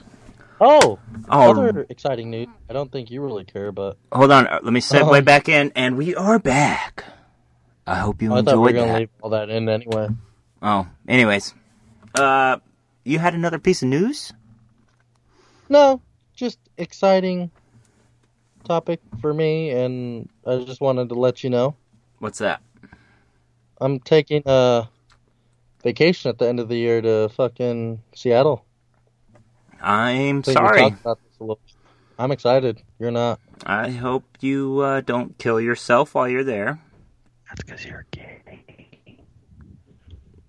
Oh, other exciting news. I don't think you really care, but
hold on. Uh, Let me segue
Um,
back in, and we are back. I hope you
Oh, I thought we were
enjoyed
gonna
that.
leave all that in anyway.
Oh, anyways, uh, you had another piece of news.
No, just exciting topic for me, and I just wanted to let you know
What's that?
I'm taking a vacation at the end of the year to fucking Seattle.
I'm
I think we
sorry.
talked about this a little. I'm excited. You're not.
I hope you uh, don't kill yourself while you're there.
That's because you're gay.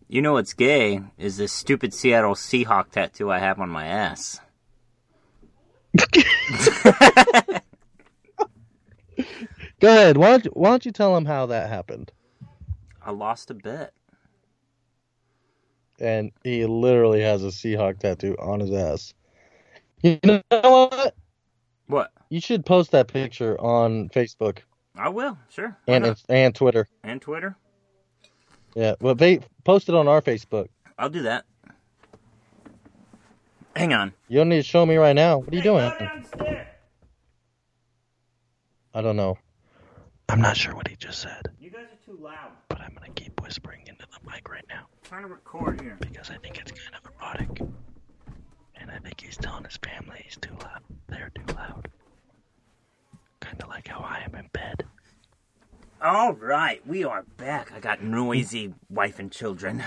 You know what's gay is this stupid Seattle Seahawk tattoo I have on my ass.
Go ahead. Why don't you, why don't you tell them how that happened?
I lost a bet.
And he literally has a Seahawk tattoo on his ass. You know what?
What?
You should post that picture on Facebook
I will, sure. Why
and
not?
and Twitter.
and Twitter.
Yeah, well, they post it on our Facebook.
I'll do that. Hang on.
You don't need to show me right now. What are you doing?
downstairs.
I don't know. I'm not sure what he just said,
You guys are too loud.
but I'm gonna keep whispering into the mic right now
trying to record here.
because I think it's kind of erotic. And I think he's telling his family he's too loud. They're too loud. Kind of like how I am in bed.
All right, we are back. I got noisy wife and children.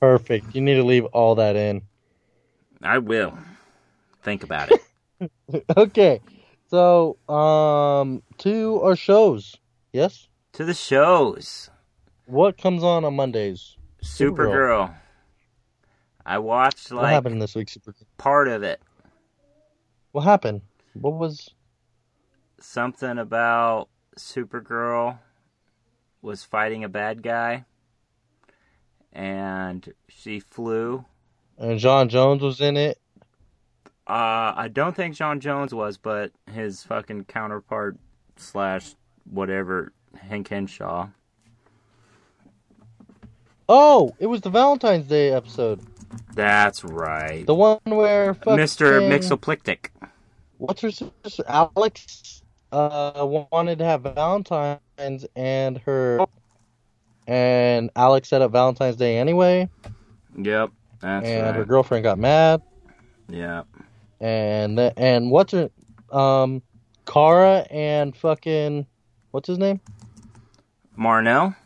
Perfect. You need to leave all that in.
I will. Think about it.
Okay. So, um, to our shows. Yes.
To the shows.
What comes on on Mondays?
Supergirl.
Supergirl.
I watched
what
like
happened this week? Super-
part of it.
What happened? What was?
Something about Supergirl was fighting a bad guy and she flew.
And uh, John Jones was in it.
Uh I don't think John Jones was, but his fucking counterpart slash whatever Hank Henshaw.
Oh, it was the Valentine's Day episode,
That's right.
the one where fucking,
Mr. Mixoplictic.
What's her sister? Alex uh wanted to have Valentine's and her and Alex set up Valentine's Day anyway,
Yep. That's
and her
right.
girlfriend got mad,
Yeah.
and the, and what's her um Kara and fucking what's his name
Marnell?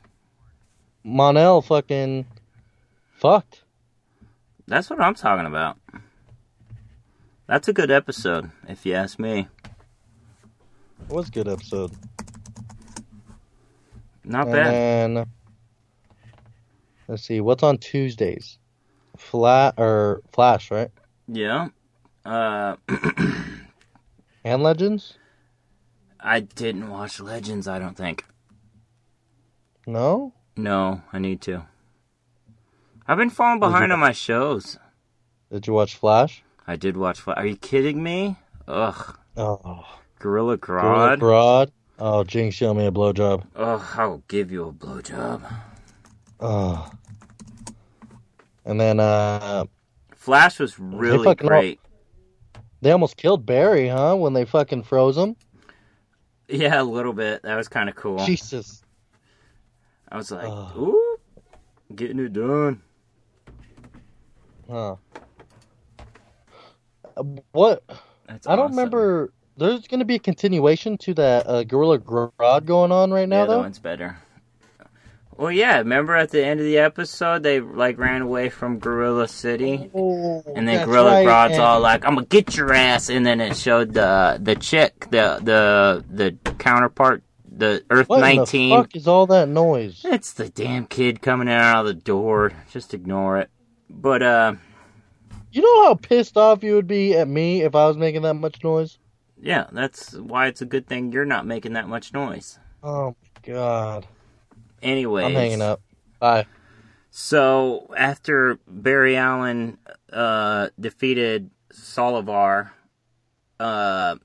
Monel fucking fucked.
That's what I'm talking about. That's a good episode, if you ask me.
It was a good episode.
Not
and
bad.
then let's see what's on Tuesdays. Flat or Flash, right?
Yeah. Uh,
And Legends?
I didn't watch Legends, I don't think.
No.
No, I need to. I've been falling
Did you
behind on
watch-
my shows.
Did you watch Flash?
I did watch. Fla- Are you kidding me? Ugh.
Oh,
Gorilla
Broad.
Grodd.
Broad. Oh, Jinx showed me a blowjob.
Ugh, I'll give you a blowjob.
Oh. And then uh,
Flash was really
fucking all-
great.
they almost killed Barry, huh? When they fucking froze him.
Yeah, a little bit. That was kind of cool.
Jesus.
I was like,
Ugh.
ooh, getting it done.
Huh. Uh, What?
That's
I don't
awesome.
remember. There's going to be a continuation to that uh, Gorilla Grodd going on right now,
the other
though.
one's better. Well, yeah. Remember at the end of the episode, they like ran away from Gorilla City,
Oh,
and then
that's
Gorilla
right,
Grodd's
and-
all like, "I'm gonna get your ass," and then it showed the the chick, the the the counterpart, the Earth
what
nineteen.
in the fuck is all that noise?
It's the damn kid coming out of the door. Just ignore it. But uh,
You know how pissed off you would be at me if I was making that much noise?
yeah, that's why it's a good thing you're not making that much noise.
Oh my god.
Anyways,
I'm hanging up. Bye.
So after Barry Allen uh, defeated Solovar, uh,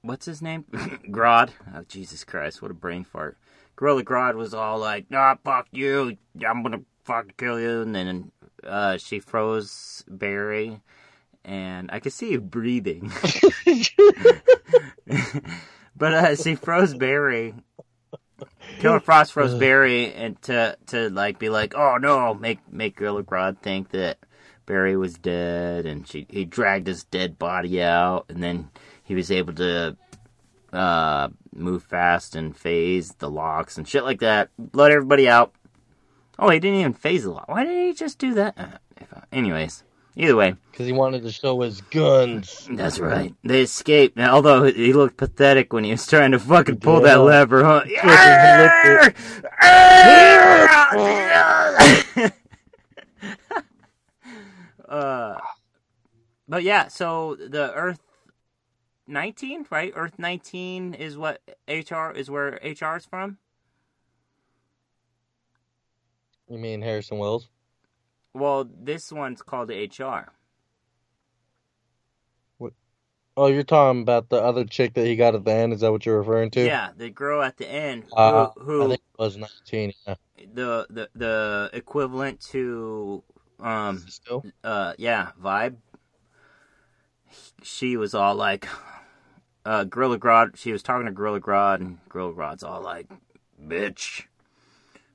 what's his name? Grodd. Oh Jesus Christ! What a brain fart. Gorilla Grodd was all like, "Nah, fuck you! I'm gonna fuck kill you!" And then uh, she froze Barry, and I could see you breathing. but uh, she froze Barry. Killer Frost froze Barry, and to to like be like, oh no, make make Gorilla Grodd think that Barry was dead, and she he dragged his dead body out, and then he was able to uh move fast and phase the locks and shit like that. Let everybody out. Oh, he didn't even phase the lock. Why did he just do that? Uh, if I- anyways, either way.
Because he wanted to show his guns.
That's right. They escaped. Now, although he looked pathetic when he was trying to fucking pull
Yeah.
that lever, huh?
looked
uh, but yeah, so the Earth 19, right? Earth 19 is what HR is where HR is from.
You mean Harrison Wells?
Well, this one's called HR.
Oh, you're talking about the other chick that he got at the end? Is that what you're referring to?
Yeah, the girl at the end who,
Uh,
who
I think it was 19. Yeah.
the, the the equivalent to um
Still?
uh yeah vibe she was all like uh gorilla grodd she was talking to gorilla grodd and gorilla grodd's all like bitch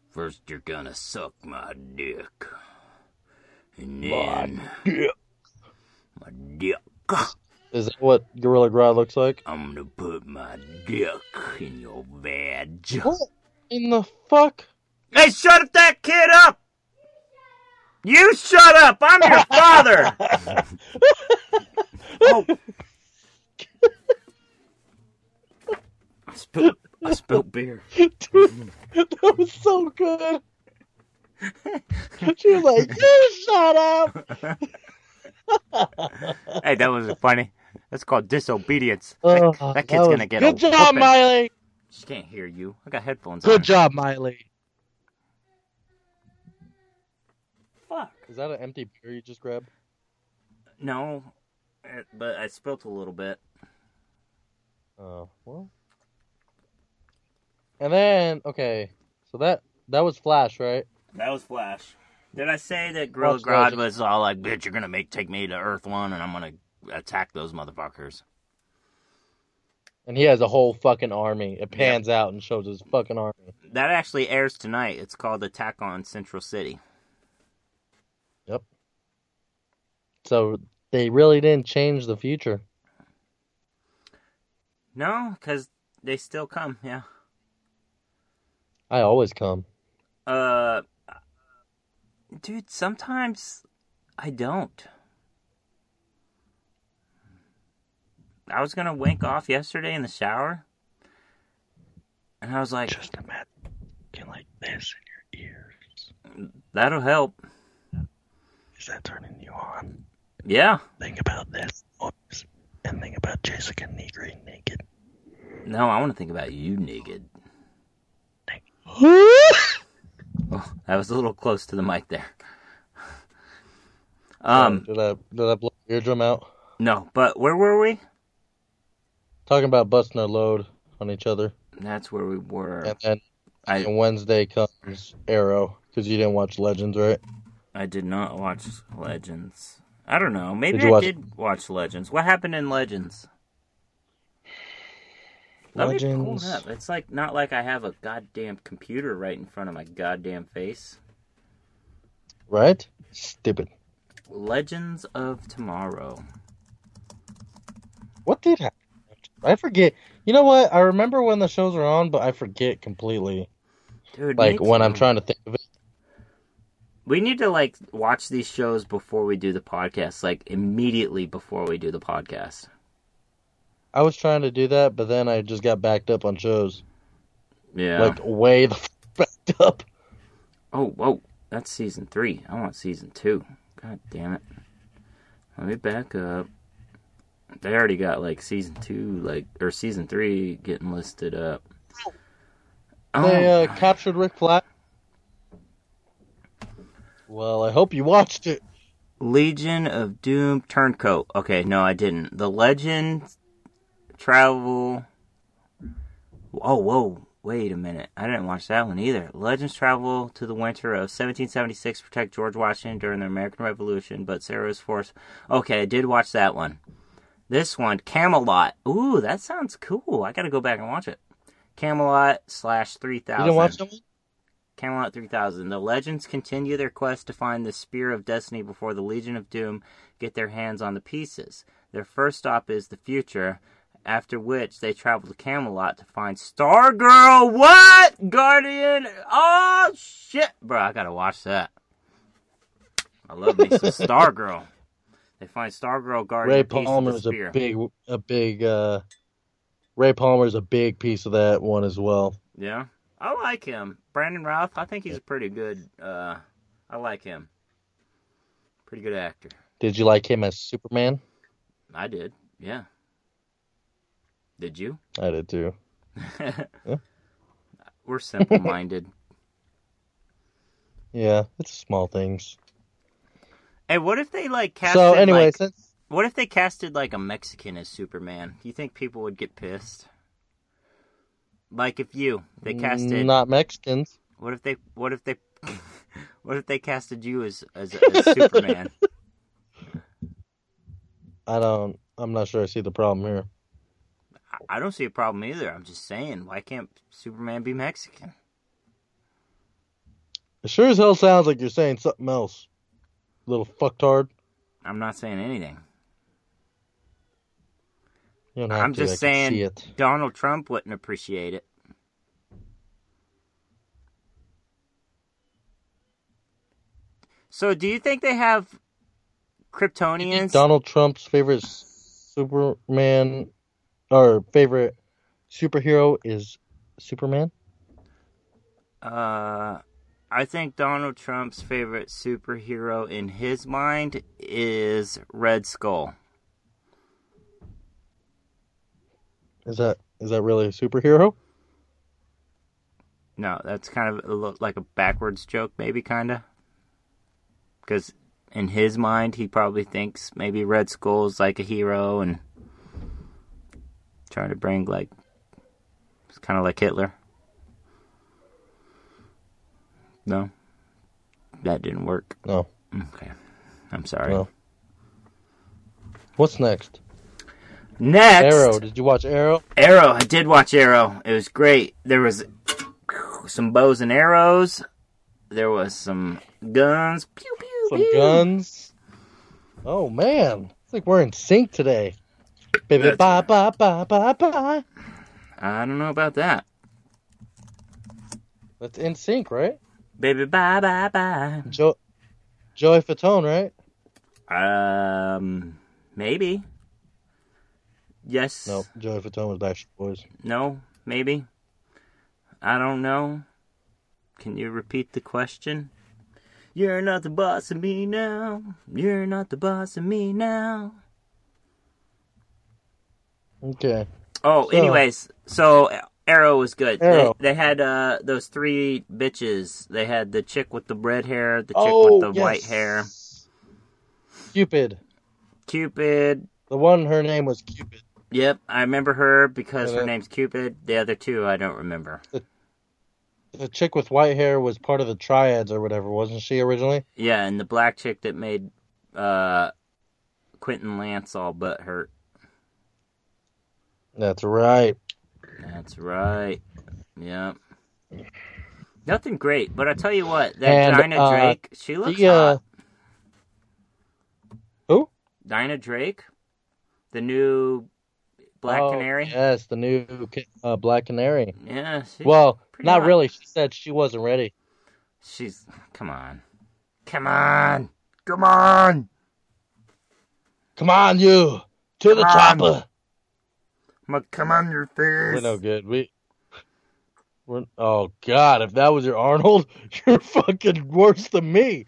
first you're gonna suck my dick and then
dick.
my dick
Is that what Gorilla Grodd looks like?
i'm gonna put my dick in your vag
What in the fuck?
hey shut that kid up you shut up i'm your father Oh. I spilled, I spilled beer.
Dude, that was so good. she was like, "You shut up."
Hey, that was funny. That's called disobedience.
Oh,
that, that kid's
was-
gonna get a
Good job,
whooping.
Miley.
She can't hear you. I got headphones on.
Good job, Miley.
Fuck.
Is that an empty beer you just grabbed?
No, eh, but I spilt a little bit.
Oh well. And then okay, so that that was Flash, right?
That was Flash. Did I say that Gorilla
Watch
Grodd
Legend.
was all like, "Bitch, you're gonna make take me to Earth One, and I'm gonna attack those motherfuckers"?
And he has a whole fucking army. It pans out and shows his fucking army.
That actually airs tonight. It's called Attack on Central City.
So they really didn't change the future.
No, because they still come. Yeah.
I always come.
Uh, dude, sometimes I don't. I was gonna wink off yesterday in the shower, and I was like,
Just imagine like this in your ears.
"That'll help."
Is that turning you on?
Yeah.
Think about this noise and think about Jessica Negri naked.
No, I want to think about you naked. Oh, that was a little close to the mic there. Um,
did I did I blow your eardrum out?
no, but where were we?
Talking about busting our load on each other,
That's where we were.
and then
I-
and Wednesday comes Arrow because you didn't watch Legends, right?
I did not watch Legends. I don't know. Maybe
Did you
I
watch-
did watch Legends. What happened in Legends? Let me pull it
Legends.
up. It's like not like I have a goddamn computer right in front of my goddamn face.
Right? Stupid.
Legends of Tomorrow.
What did happen? I forget. You know what? I remember when the shows are on, but I forget completely.
Dude,
Like
me
when I'm
too.
trying to think of it.
We need to like watch these shows before we do the podcast, like immediately before we do the podcast.
I was trying to do that, but then I just got backed up on shows.
Yeah.
Like way the f- backed up.
oh, whoa. That's season three. I want season two. God damn it. Let me back up. They already got like season two, like or season three getting listed up.
They
Oh,
uh, captured Rick Flag. Well, I hope you watched it.
Legion of Doom Turncoat. Okay, no, I didn't. The Legend Travel. Oh, whoa. Wait a minute. I didn't watch that one either. Legends travel to the winter of 1776 to protect George Washington during the American Revolution, but Sarah is forced. Okay, I did watch that one. This one, Camelot. Ooh, that sounds cool. I gotta go back and watch it. Camelot slash 3000.
You didn't watch that one?
Camelot 3000. The legends continue their quest to find the Spear of Destiny before the Legion of Doom get their hands on the pieces. Their first stop is the future, after which they travel to Camelot to find Stargirl. What? Guardian? Oh, shit. Bro, I gotta watch that. I love me some Stargirl. They find Stargirl guarding
Ray
the piece of the
Palmer's
spear.
a big, a big. uh Ray Palmer's a big piece of that one as well.
Yeah. I like him. Brandon Routh, I think he's a pretty good uh I like him. Pretty good actor.
Did you like him as Superman?
I did. Yeah. Did you?
I did too.
We're simple minded.
Yeah, it's small things.
hey, what if they like casted
so anyway,
like,
since
what if they casted like a Mexican as Superman? You think people would get pissed? Like if you they casted
not Mexicans,
what if they what if they what if they casted you as as, as Superman?
I don't. I'm not sure I see the problem here.
I- I don't see a problem either. I'm just saying, why can't Superman be Mexican?
It sure as hell sounds like you're saying something else, little fucktard.
I'm not saying anything.
You don't have
I'm
to, I
just
can
saying
See it.
Donald Trump wouldn't appreciate it. So, do you think they have Kryptonians?
Donald Trump's favorite Superman, our favorite superhero is Superman.
Uh, I think Donald Trump's favorite superhero in his mind is Red Skull.
Is that is that really a superhero?
No, that's kind of a lo- like a backwards joke, maybe kind of. Because in his mind, he probably thinks maybe Red Skull's like a hero and trying to bring like it's kind of like Hitler. No, that didn't work.
No.
Okay, I'm sorry.
No. What's next?
Next,
Arrow. Did you watch Arrow?
Arrow. I did watch Arrow. It was great. There was some bows and arrows. There was some guns. Pew pew
Some
pew.
guns. Oh man, it's like we're in sync today. Baby,
That's-
bye bye bye bye bye.
I don't know about that.
That's in sync, right?
Baby, bye bye bye.
Joe, Joey Fatone, right?
Um, maybe. Yes.
No, Joey Fatone was Backstreet Boys.
No. Maybe. I don't know. Can you repeat the question? You're not the boss of me now. You're not the boss of me now.
Okay.
Oh,
So-
anyways, so Arrow was good.
Arrow.
They, they had uh those three bitches. They had the chick with the red hair, the chick
Oh,
with the white hair,
Cupid.
Cupid.
The one her name was Cupid.
Yep, I remember her because
And
her
then-
name's Cupid. The other two, I don't remember.
The chick with white hair was part of the triads or whatever, wasn't she originally?
Yeah, and the black chick that made uh Quentin Lance all butt hurt.
That's right.
That's right. Yep. Nothing great, but I tell you what, that
And,
Dinah
uh,
Drake, she looks
The uh,
hot.
who?
Dinah Drake, the new Black
Oh,
Canary. Yeah,
Yes, the new ca- uh, Black Canary.
she's,
Well,
pretty
not
hot.
really. She said she wasn't ready.
she's come on, come on, come on.
Come on, you to the
Come on.
chopper.
I'ma come on your
We're
face.
no good. We. We're, oh God! If that was your Arnold, you're fucking worse than me.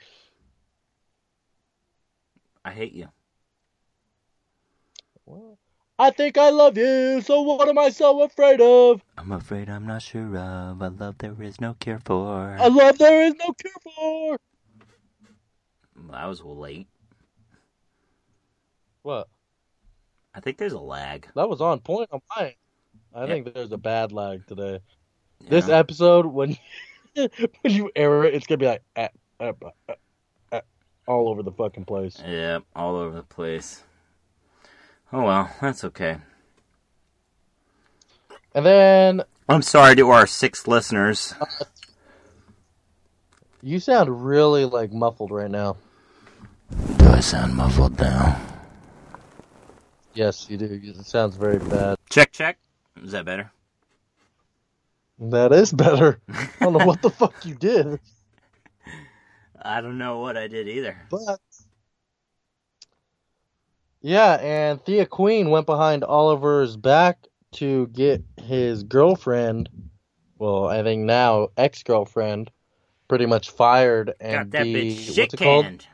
I hate you.
I think I love you, so what am I so afraid of?
I'm afraid I'm not sure of a love there is no cure for.
A love there is no cure for.
That was late.
What?
I think there's a lag.
That was on point on mine. I
Yeah.
think there's a bad lag today.
you
This
know?
episode, when when you air it, it's gonna be like ah, ah, ah, ah, ah, all over the fucking place.
Yeah, all over the place. Oh well, that's okay.
And then
I'm sorry to our six listeners.
you sound really like muffled right now.
Do I sound muffled now?
Yes, you do. It sounds very bad.
Check, check. Is that better?
That is better. I don't know what the fuck you did,
I don't know what I did either.
but yeah. And Thea Queen went behind Oliver's back to get his girlfriend. Well, I think now ex-girlfriend, pretty much fired
Got
and
that
be
bitch shit
what's it called?
canned.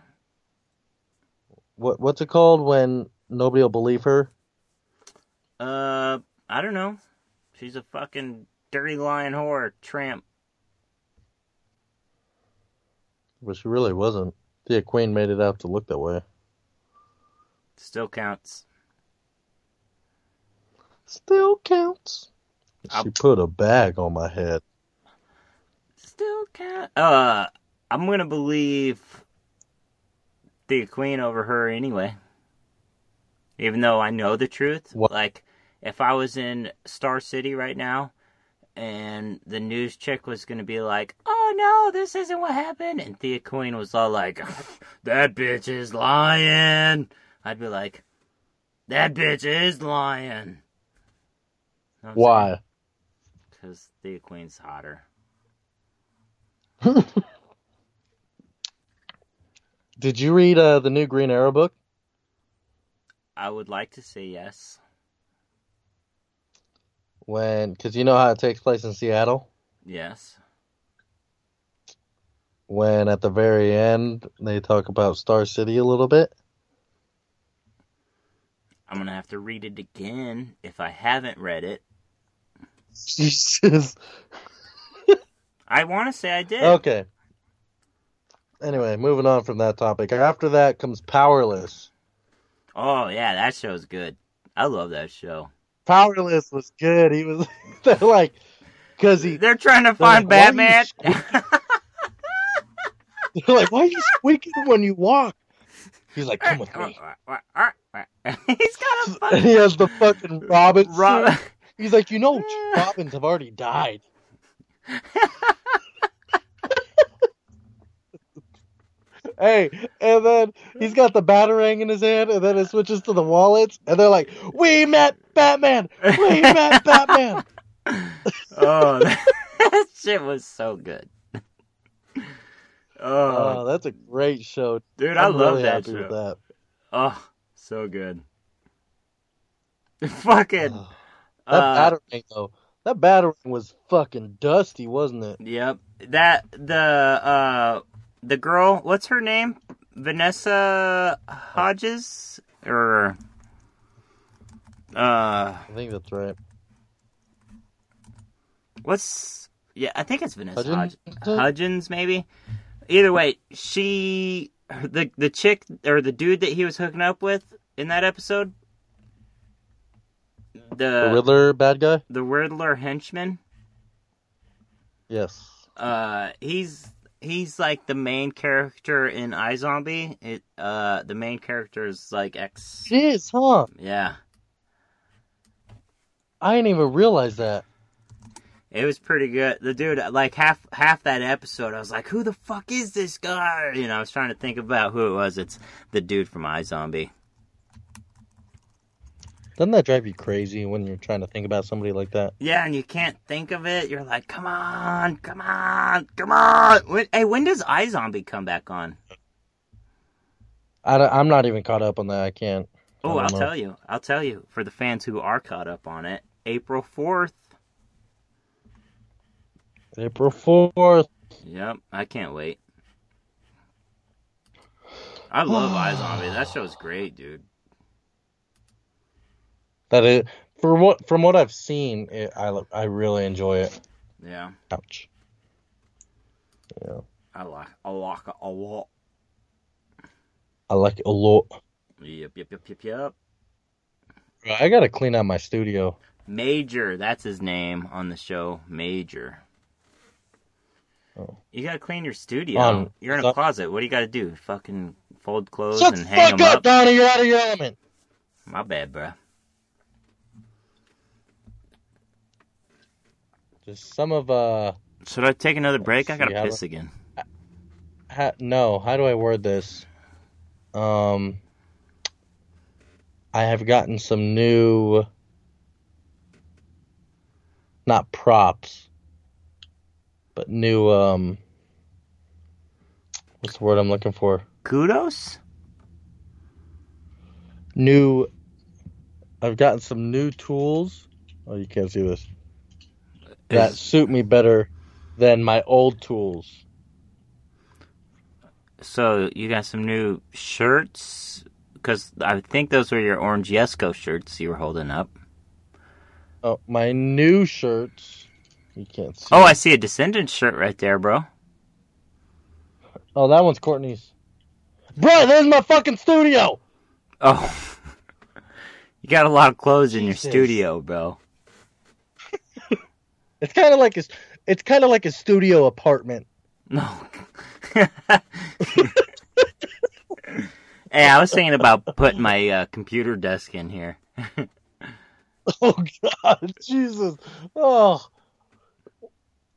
What what's it called when nobody will believe her?
Uh, I don't know. She's a fucking dirty lying whore tramp.
But she really wasn't. Thea Queen made it out to look that way.
Still counts.
Still counts.
I'll-
She put a bag on my head.
Still count. Uh, I'm gonna believe the queen over her anyway. Even though I know the truth,
What?
like if I was in Star City right now, and the news chick was gonna be like, "Oh no, this isn't what happened," and Thea Queen was all like, "That bitch is lying," I'd be like, "That bitch is lying."
Why?
Because Thea Queen's hotter.
Did you read uh, the new Green Arrow book?
I would like to say yes.
When, because you know how it takes place in Seattle?
Yes.
When at the very end they talk about Star City a little bit.
I'm going to have to read it again if I haven't read it.
Jesus.
I want to say I did.
Okay. Anyway, moving on from that topic. After that comes Powerless.
Oh, yeah, that show's good. I love that show.
Powerless was good. He was they're like because he
They're trying to
like,
find
why do you
Batman.
they're like, why are you squeaking when you walk? He's like, come with me.
He's got a
And
fucking
he has the fucking Robin. suit.
Rob-
He's like, you know, Robins have already died. hey, and then he's got the batarang in his hand, and then it switches to the wallets, and they're like, "We met Batman. We met Batman."
Oh, that, that shit was so good. Oh,
Oh, that's a great show.
dude, I
I'm
love
really
that
happy
show.
with that.
Oh, so good. Fucking.
Oh, that
uh,
batarang though, that batarang was fucking dusty, wasn't it?
Yep. That the uh the girl, what's her name? Vanessa Hodges or uh
I think that's right.
what's yeah, I think it's Vanessa Hodges.
Hudgens?
Hudgens maybe. Either way, she the the chick or the dude that he was hooking up with in that episode
The
the
Riddler bad guy?
the Riddler henchman
Yes.
uh he's he's like the main character in iZombie. It uh the main character is like ex
Jeez, huh?
yeah.
I didn't even realize that.
It was pretty good. The dude like half half that episode I was like, Who the fuck is this guy? You know, I was trying to think about who it was. It's the dude from iZombie.
Doesn't that drive you crazy when you're trying to think about somebody like that?
Yeah, and you can't think of it. You're like, Come on, come on, come on. When, hey, when does iZombie come back on?
I am not even caught up on that. I can't.
Oh,
I
I'll
don't know.
tell you. I'll tell you. For the fans who are caught up on it, April fourth.
April 4th.
Yep, I can't wait. I love iZombie. That show's great, dude.
That is for what from what I've seen, it, I lo- I really enjoy it.
Yeah,
Ouch. Yeah.
I like I like it a lot.
I like it a lot.
Yep, yep, yep, yep, yep.
I got to clean out my studio.
Major, that's his name on the show. Major.
Oh.
You gotta clean your studio.
Um,
You're in a
so-
closet. What do you gotta do? Fucking fold clothes
Shut the
and hang
fuck
them
up,
up?
Donnie. You're out of your element.
My bad, bruh.
Just some of uh
Should I take another break? I
see,
gotta
how
piss again.
ha- no, how do I word this? Um, I have gotten some new, not props, but new, um, what's the word I'm looking for?
Kudos?
New, I've gotten some new tools. Oh, you can't see this. That
Is-
suit me better than my old tools.
So you got some new shirts because I think those were your orange Yesco shirts you were holding up.
Oh, my new shirts. You can't see.
Oh, I see a Descendants shirt right there, bro.
Oh, that one's Courtney's. Bro, there's my fucking studio.
Oh, you got a lot of clothes in your
Jesus.
studio, bro.
It's kind of like his. It's kind of like a studio apartment.
No. hey, I was thinking about putting my uh, computer desk in here.
Oh God, Jesus. Oh.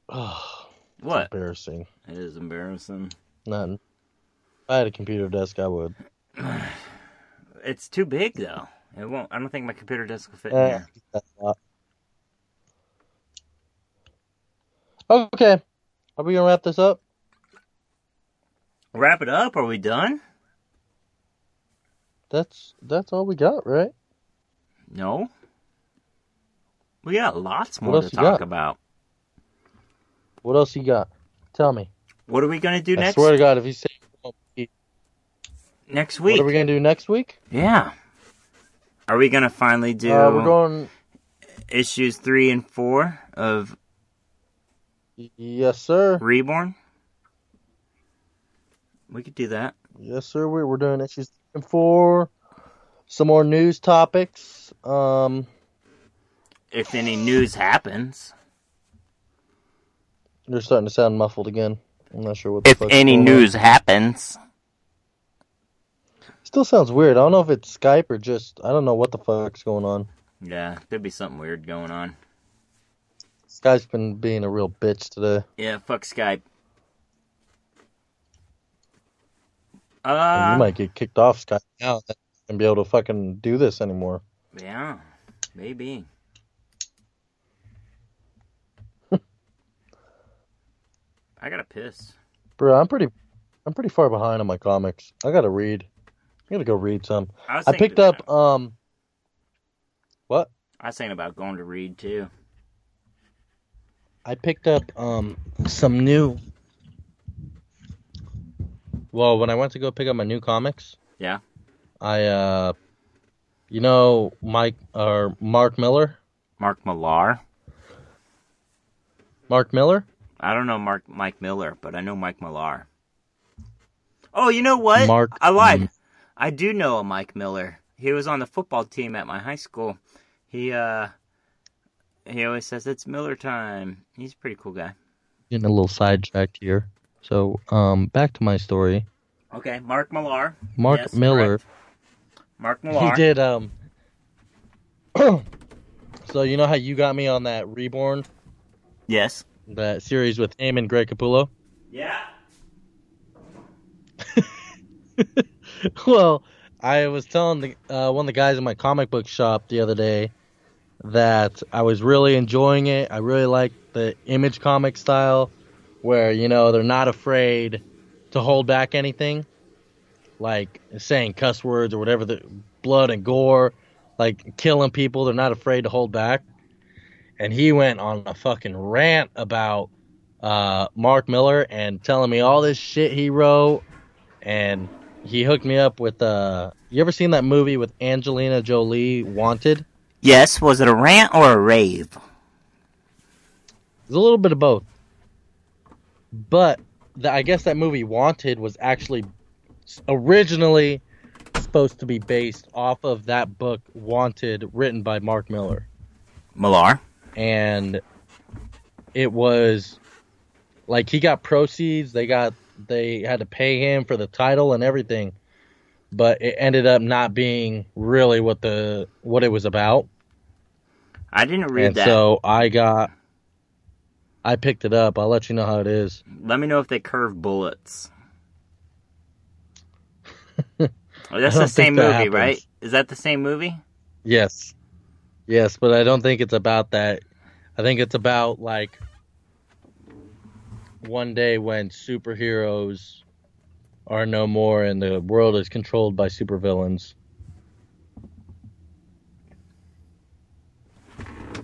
Oh,
What?
embarrassing.
It is embarrassing.
Nothing. If I had a computer desk. I would.
It's too big though. It won't. I don't think my computer desk will fit in
Eh,
here.
that's a lot. Okay, are we gonna wrap this up?
Wrap it up. Are we done?
That's that's all we got, right?
No. We got lots more
else
to
you
talk
got?
about.
What else you got? Tell me.
What are we gonna do
I
next
swear to God, if you say
next
what
week?
are we gonna do next week?
Yeah. Are we gonna finally do
Uh, we're going.
issues three and four of
Yes, sir.
Reborn? We could do that.
Yes, sir. We, we're doing issues three and four. Some more news topics. Um,
If any news happens.
you're starting to sound muffled again. I'm not sure what. The
If
fuck's
any
going on.
news happens.
Still sounds weird. I don't know if it's Skype or just I don't know what the fuck's going on.
Yeah, could be something weird going on.
Skype's been being a real bitch today.
Yeah, fuck Skype.
And
Uh,
you might get kicked off Skype now and be able to fucking do this anymore.
yeah, maybe. I gotta piss.
Bro, I'm pretty I'm pretty far behind on my comics. I gotta read. I gotta go read some.
I, was
I
thinking
picked up
about-
um what?
I was thinking about going to read too.
I picked up um some new Well, when I went to go pick up my new comics,
Yeah.
I uh you know Mike or Mark Miller?
Mark Millar.
Mark Miller?
I don't know Mark Mike Miller, but I know Mike Millar. Oh, you know what?
Mark
I lied.
M-
I do know a Mike Miller. He was on the football team at my high school. He uh he always says it's Miller time. He's a pretty cool guy.
getting a little sidetracked here. So, um, back to my story.
Okay, Mark Millar.
Mark
Yes,
Miller,
Mark Millar.
he did um. so you know how you got me on that Reborn,
Yes.
that series with him and Greg Capullo.
Yeah.
well, I was telling the uh, one of the guys in my comic book shop the other day that I was really enjoying it. I really like the image comic style, where you know they're not afraid to hold back anything, like saying cuss words or whatever the blood and gore, like killing people. They're not afraid to hold back. And he went on a fucking rant about uh, Mark Miller and telling me all this shit he wrote and he hooked me up with uh you ever seen that movie with Angelina Jolie Wanted?
Yes, was it a rant or a rave?
It's a little bit of both. But the, I guess that movie Wanted was actually s- originally supposed to be based off of that book Wanted written by Mark Miller.
Millar.
and it was like he got proceeds they got they had to pay him for the title and everything but it ended up not being really what the what it was about
I didn't read
and
that.
so i got i picked it up i'll let you know how it is
Let me know if they curve bullets. Oh, that's
I
the
don't
same
think that
movie,
happens.
right? Is that the same movie?
yes yes but i don't think it's about that i think it's about like one day when superheroes are no more and the world is controlled by supervillains
That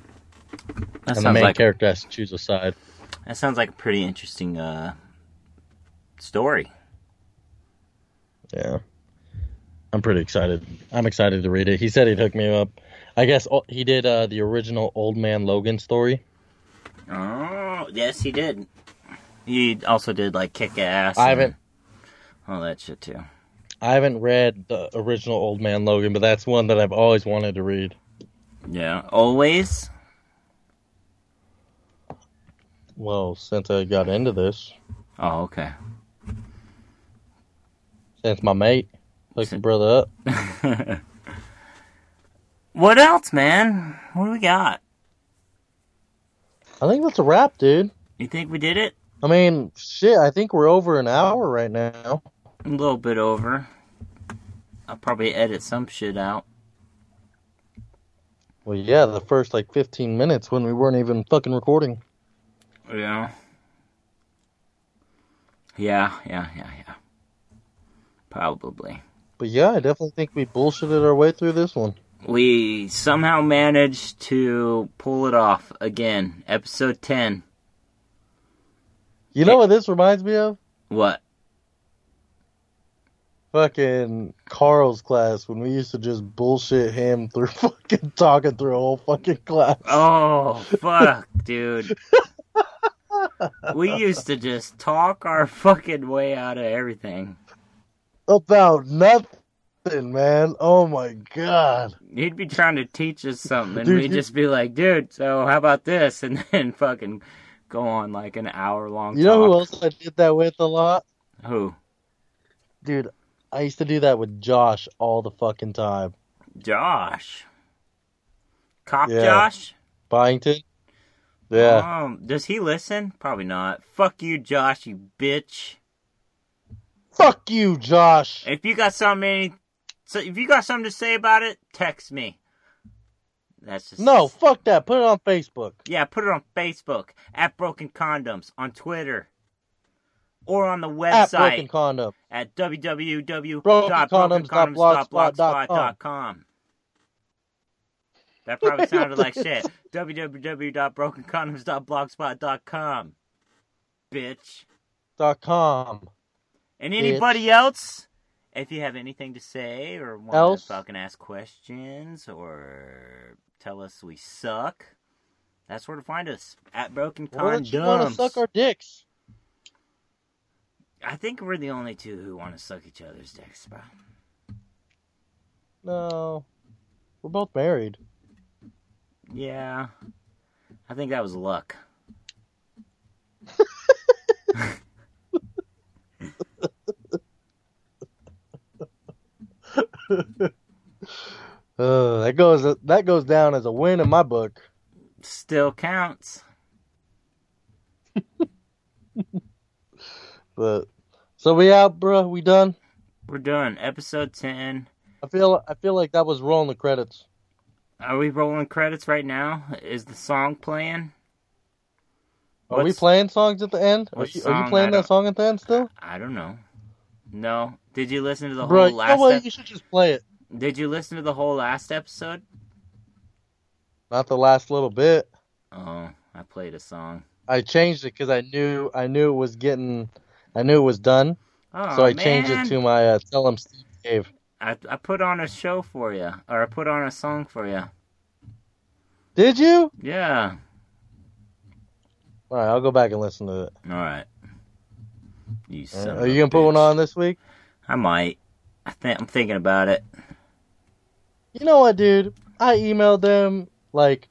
and the
sounds
main
like
character has to choose a side.
that sounds like a pretty interesting uh, story.
Yeah. I'm pretty excited. I'm excited to read it. He said he'd hook me up. I guess oh, he did uh, the original Old Man Logan story.
Oh, yes, he did. He also did like kick ass.
I
and
haven't-
All that shit too.
I haven't read the original Old Man Logan, but that's one that I've always wanted to read.
Yeah, always.
Well, since I got into this,
Oh, okay.
since my mate hooked the brother up,
What else, man? What do we got?
I think that's a wrap, dude.
You think we did it?
I mean, shit, I think we're over an hour right now.
A little bit over. I'll probably edit some shit out.
Well, yeah, the first like 15 minutes when we weren't even fucking recording.
Yeah. Yeah, yeah, yeah, yeah. Probably.
But yeah, I definitely think we bullshitted our way through this one.
We somehow managed to pull it off again. Episode 10.
You know what this reminds me of?
What?
Fucking Carl's class when we used to just bullshit him through fucking talking through a whole fucking class.
Oh, fuck, dude. We used to just talk our fucking way out of everything.
About nothing, man. Oh my god.
He'd be trying to teach us something, and
Dude,
we'd
you-
just be like, dude, so how about this? And then fucking go on like an hour long
You know who
talk.
else I did that with a lot?
Who?
Dude, I used to do that with Josh all the fucking time.
Josh. Cop
Yeah.
Josh?
Byington? Yeah.
Um, does he listen? Probably not. Fuck you, Josh, you bitch.
Fuck you, Josh.
If you got something, so if you got something to say about it, text me. That's just
No, fuck that. Put it on Facebook.
Yeah, put it on Facebook at Broken Condoms on Twitter or on the
At Broken
website
Condom.
at
brokencondoms.blogspot.com.
www.brokencondoms.blogspot.com. That probably sounded like shit. www.brokencondoms.blogspot.com. Bitch.
Dot com.
And anybody else, if you have anything to say or want
Else?
to fucking ask questions or tell us we suck, that's where to find us at Broken
Or that you want to
Condoms.
suck our dicks.
I think we're the only two who want to suck each other's dicks, bro.
No. We're both married.
Yeah, I think that was luck.
Uh, that goes that goes down as a win in my book.
Still counts.
But so we out, bruh. We done.
We're done. Episode ten.
I feel I feel like that was rolling the credits.
Are we rolling credits right now? Is the song playing?
Are we
What's-
playing songs at the end? Are
what
you, are
song?
you playing
I
that
don't-
song at the end still,
I don't know. No. Did you listen to the
bro?
whole
You know
last?
what?
ep-
You should just play it.
Did you listen to the whole last episode?
Not the last little bit.
Oh, I played a song.
I changed it because I knew I knew it was getting, I knew it was done.
Oh,
so I
man.
changed it to my uh, tell him Steve Dave.
I, I put on a show for you, or I put on a song for you.
Did you?
Yeah.
All right, I'll go back and listen to it.
All right. You son of
Are
a
you gonna put one
bitch.
on this week?
I might. I think I'm thinking about it.
You know what, dude? I emailed them like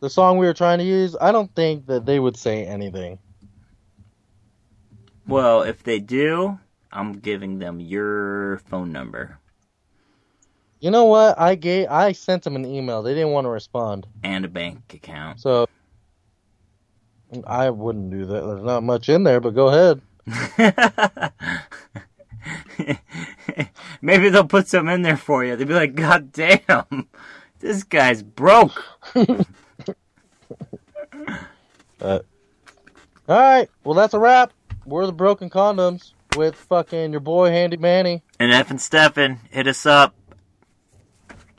the song we were trying to use. I don't think that they would say anything.
Well, if they do, I'm giving them your phone number
You know what? I gave I sent them an email. They didn't want to respond.
and a bank account.
So I wouldn't do that. There's not much in there, but go ahead.
Maybe they'll put some in there for you. They'll be like, "God damn, this guy's broke."
All right. Well, that's a wrap. We're the Broken Condoms with fucking your boy Handy Manny
And F and Stefan, hit us up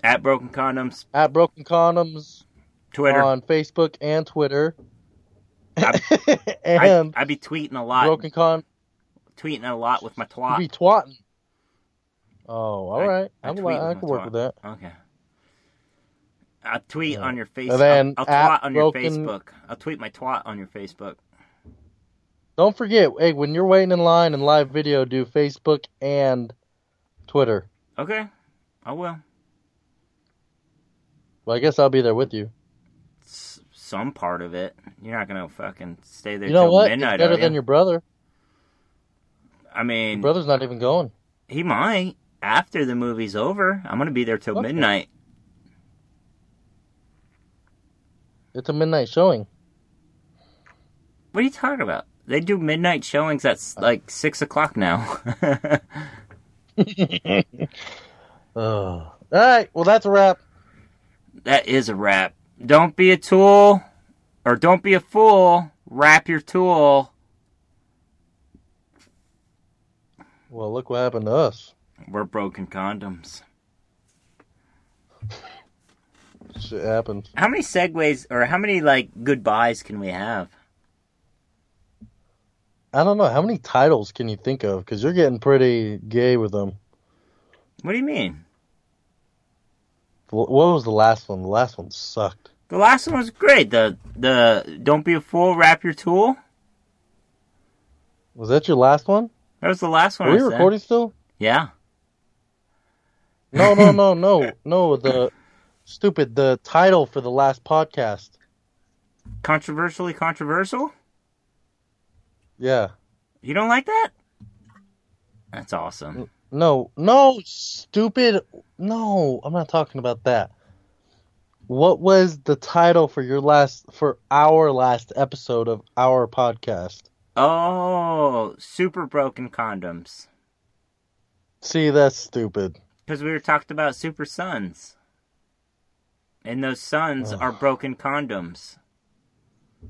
at Broken Condoms
at Broken Condoms
Twitter.
on Facebook and Twitter.
I- I,
and
I be tweeting a lot,
Broken Con
tweeting a lot with my twat.
be twatting. Oh, all
I-
right.
I
I, am
tweet
I, I
with
can
my
work
twat.
with that.
Okay. I'll tweet
Yeah.
on your Facebook.
And then
I'll,
at
twat on your
broken-
Facebook. I'll tweet my twat on your Facebook.
Don't forget, hey, when you're waiting in line in live video, do Facebook and Twitter.
Okay. I will.
Well, I guess I'll be there with you.
S- some part of it. You're not gonna fucking stay there
you know
till
what? It's
midnight.
better
are
than
you?
your brother.
I
Your
mean,
brother's not even going.
he might after the movie's over. I'm gonna be there till
Okay.
midnight.
It's a midnight showing.
What are you talking about? They do midnight showings at
Uh.
s- like six o'clock now.
Oh. All right. Well, that's a wrap.
that is a wrap. Don't be a tool, or don't be a fool. Wrap your tool.
Well, look what happened to us.
We're broken condoms.
Shit happens.
How many segues or how many like goodbyes can we have?
I don't know how many titles can you think of because you're getting pretty gay with them.
What do you mean?
Wh- What was the last one? The last one sucked.
The last one was great. The the don't be a fool, wrap your tool.
Was that your last one?
That was the last one.
Are we
I said.
recording still?
Yeah.
No, no, no, no, no. The stupid the title for the last podcast.
Controversially controversial.
Yeah.
You don't like that? That's
Mm.
awesome.
No, no, stupid. No, I'm not talking about that. What was the title for your last for our last episode of our podcast?
Oh, super broken condoms.
See, that's stupid.
Because we were talking about super sons. And those sons
Ugh.
are broken condoms.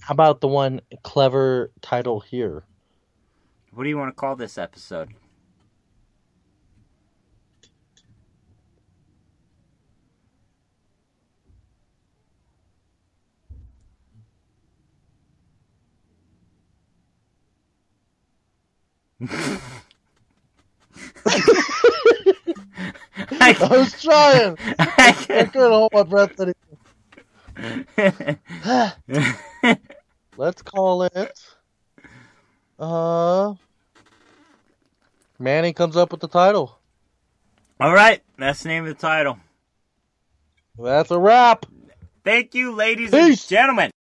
How about the one clever title here?
What do you want to call this episode?
I was trying.
I
I
can't-
couldn't hold my breath anymore. Let's call it. Uh, Manny comes up with the title.
All right, that's the name of the title.
That's a wrap.
Thank you, ladies
Peace.
and gentlemen.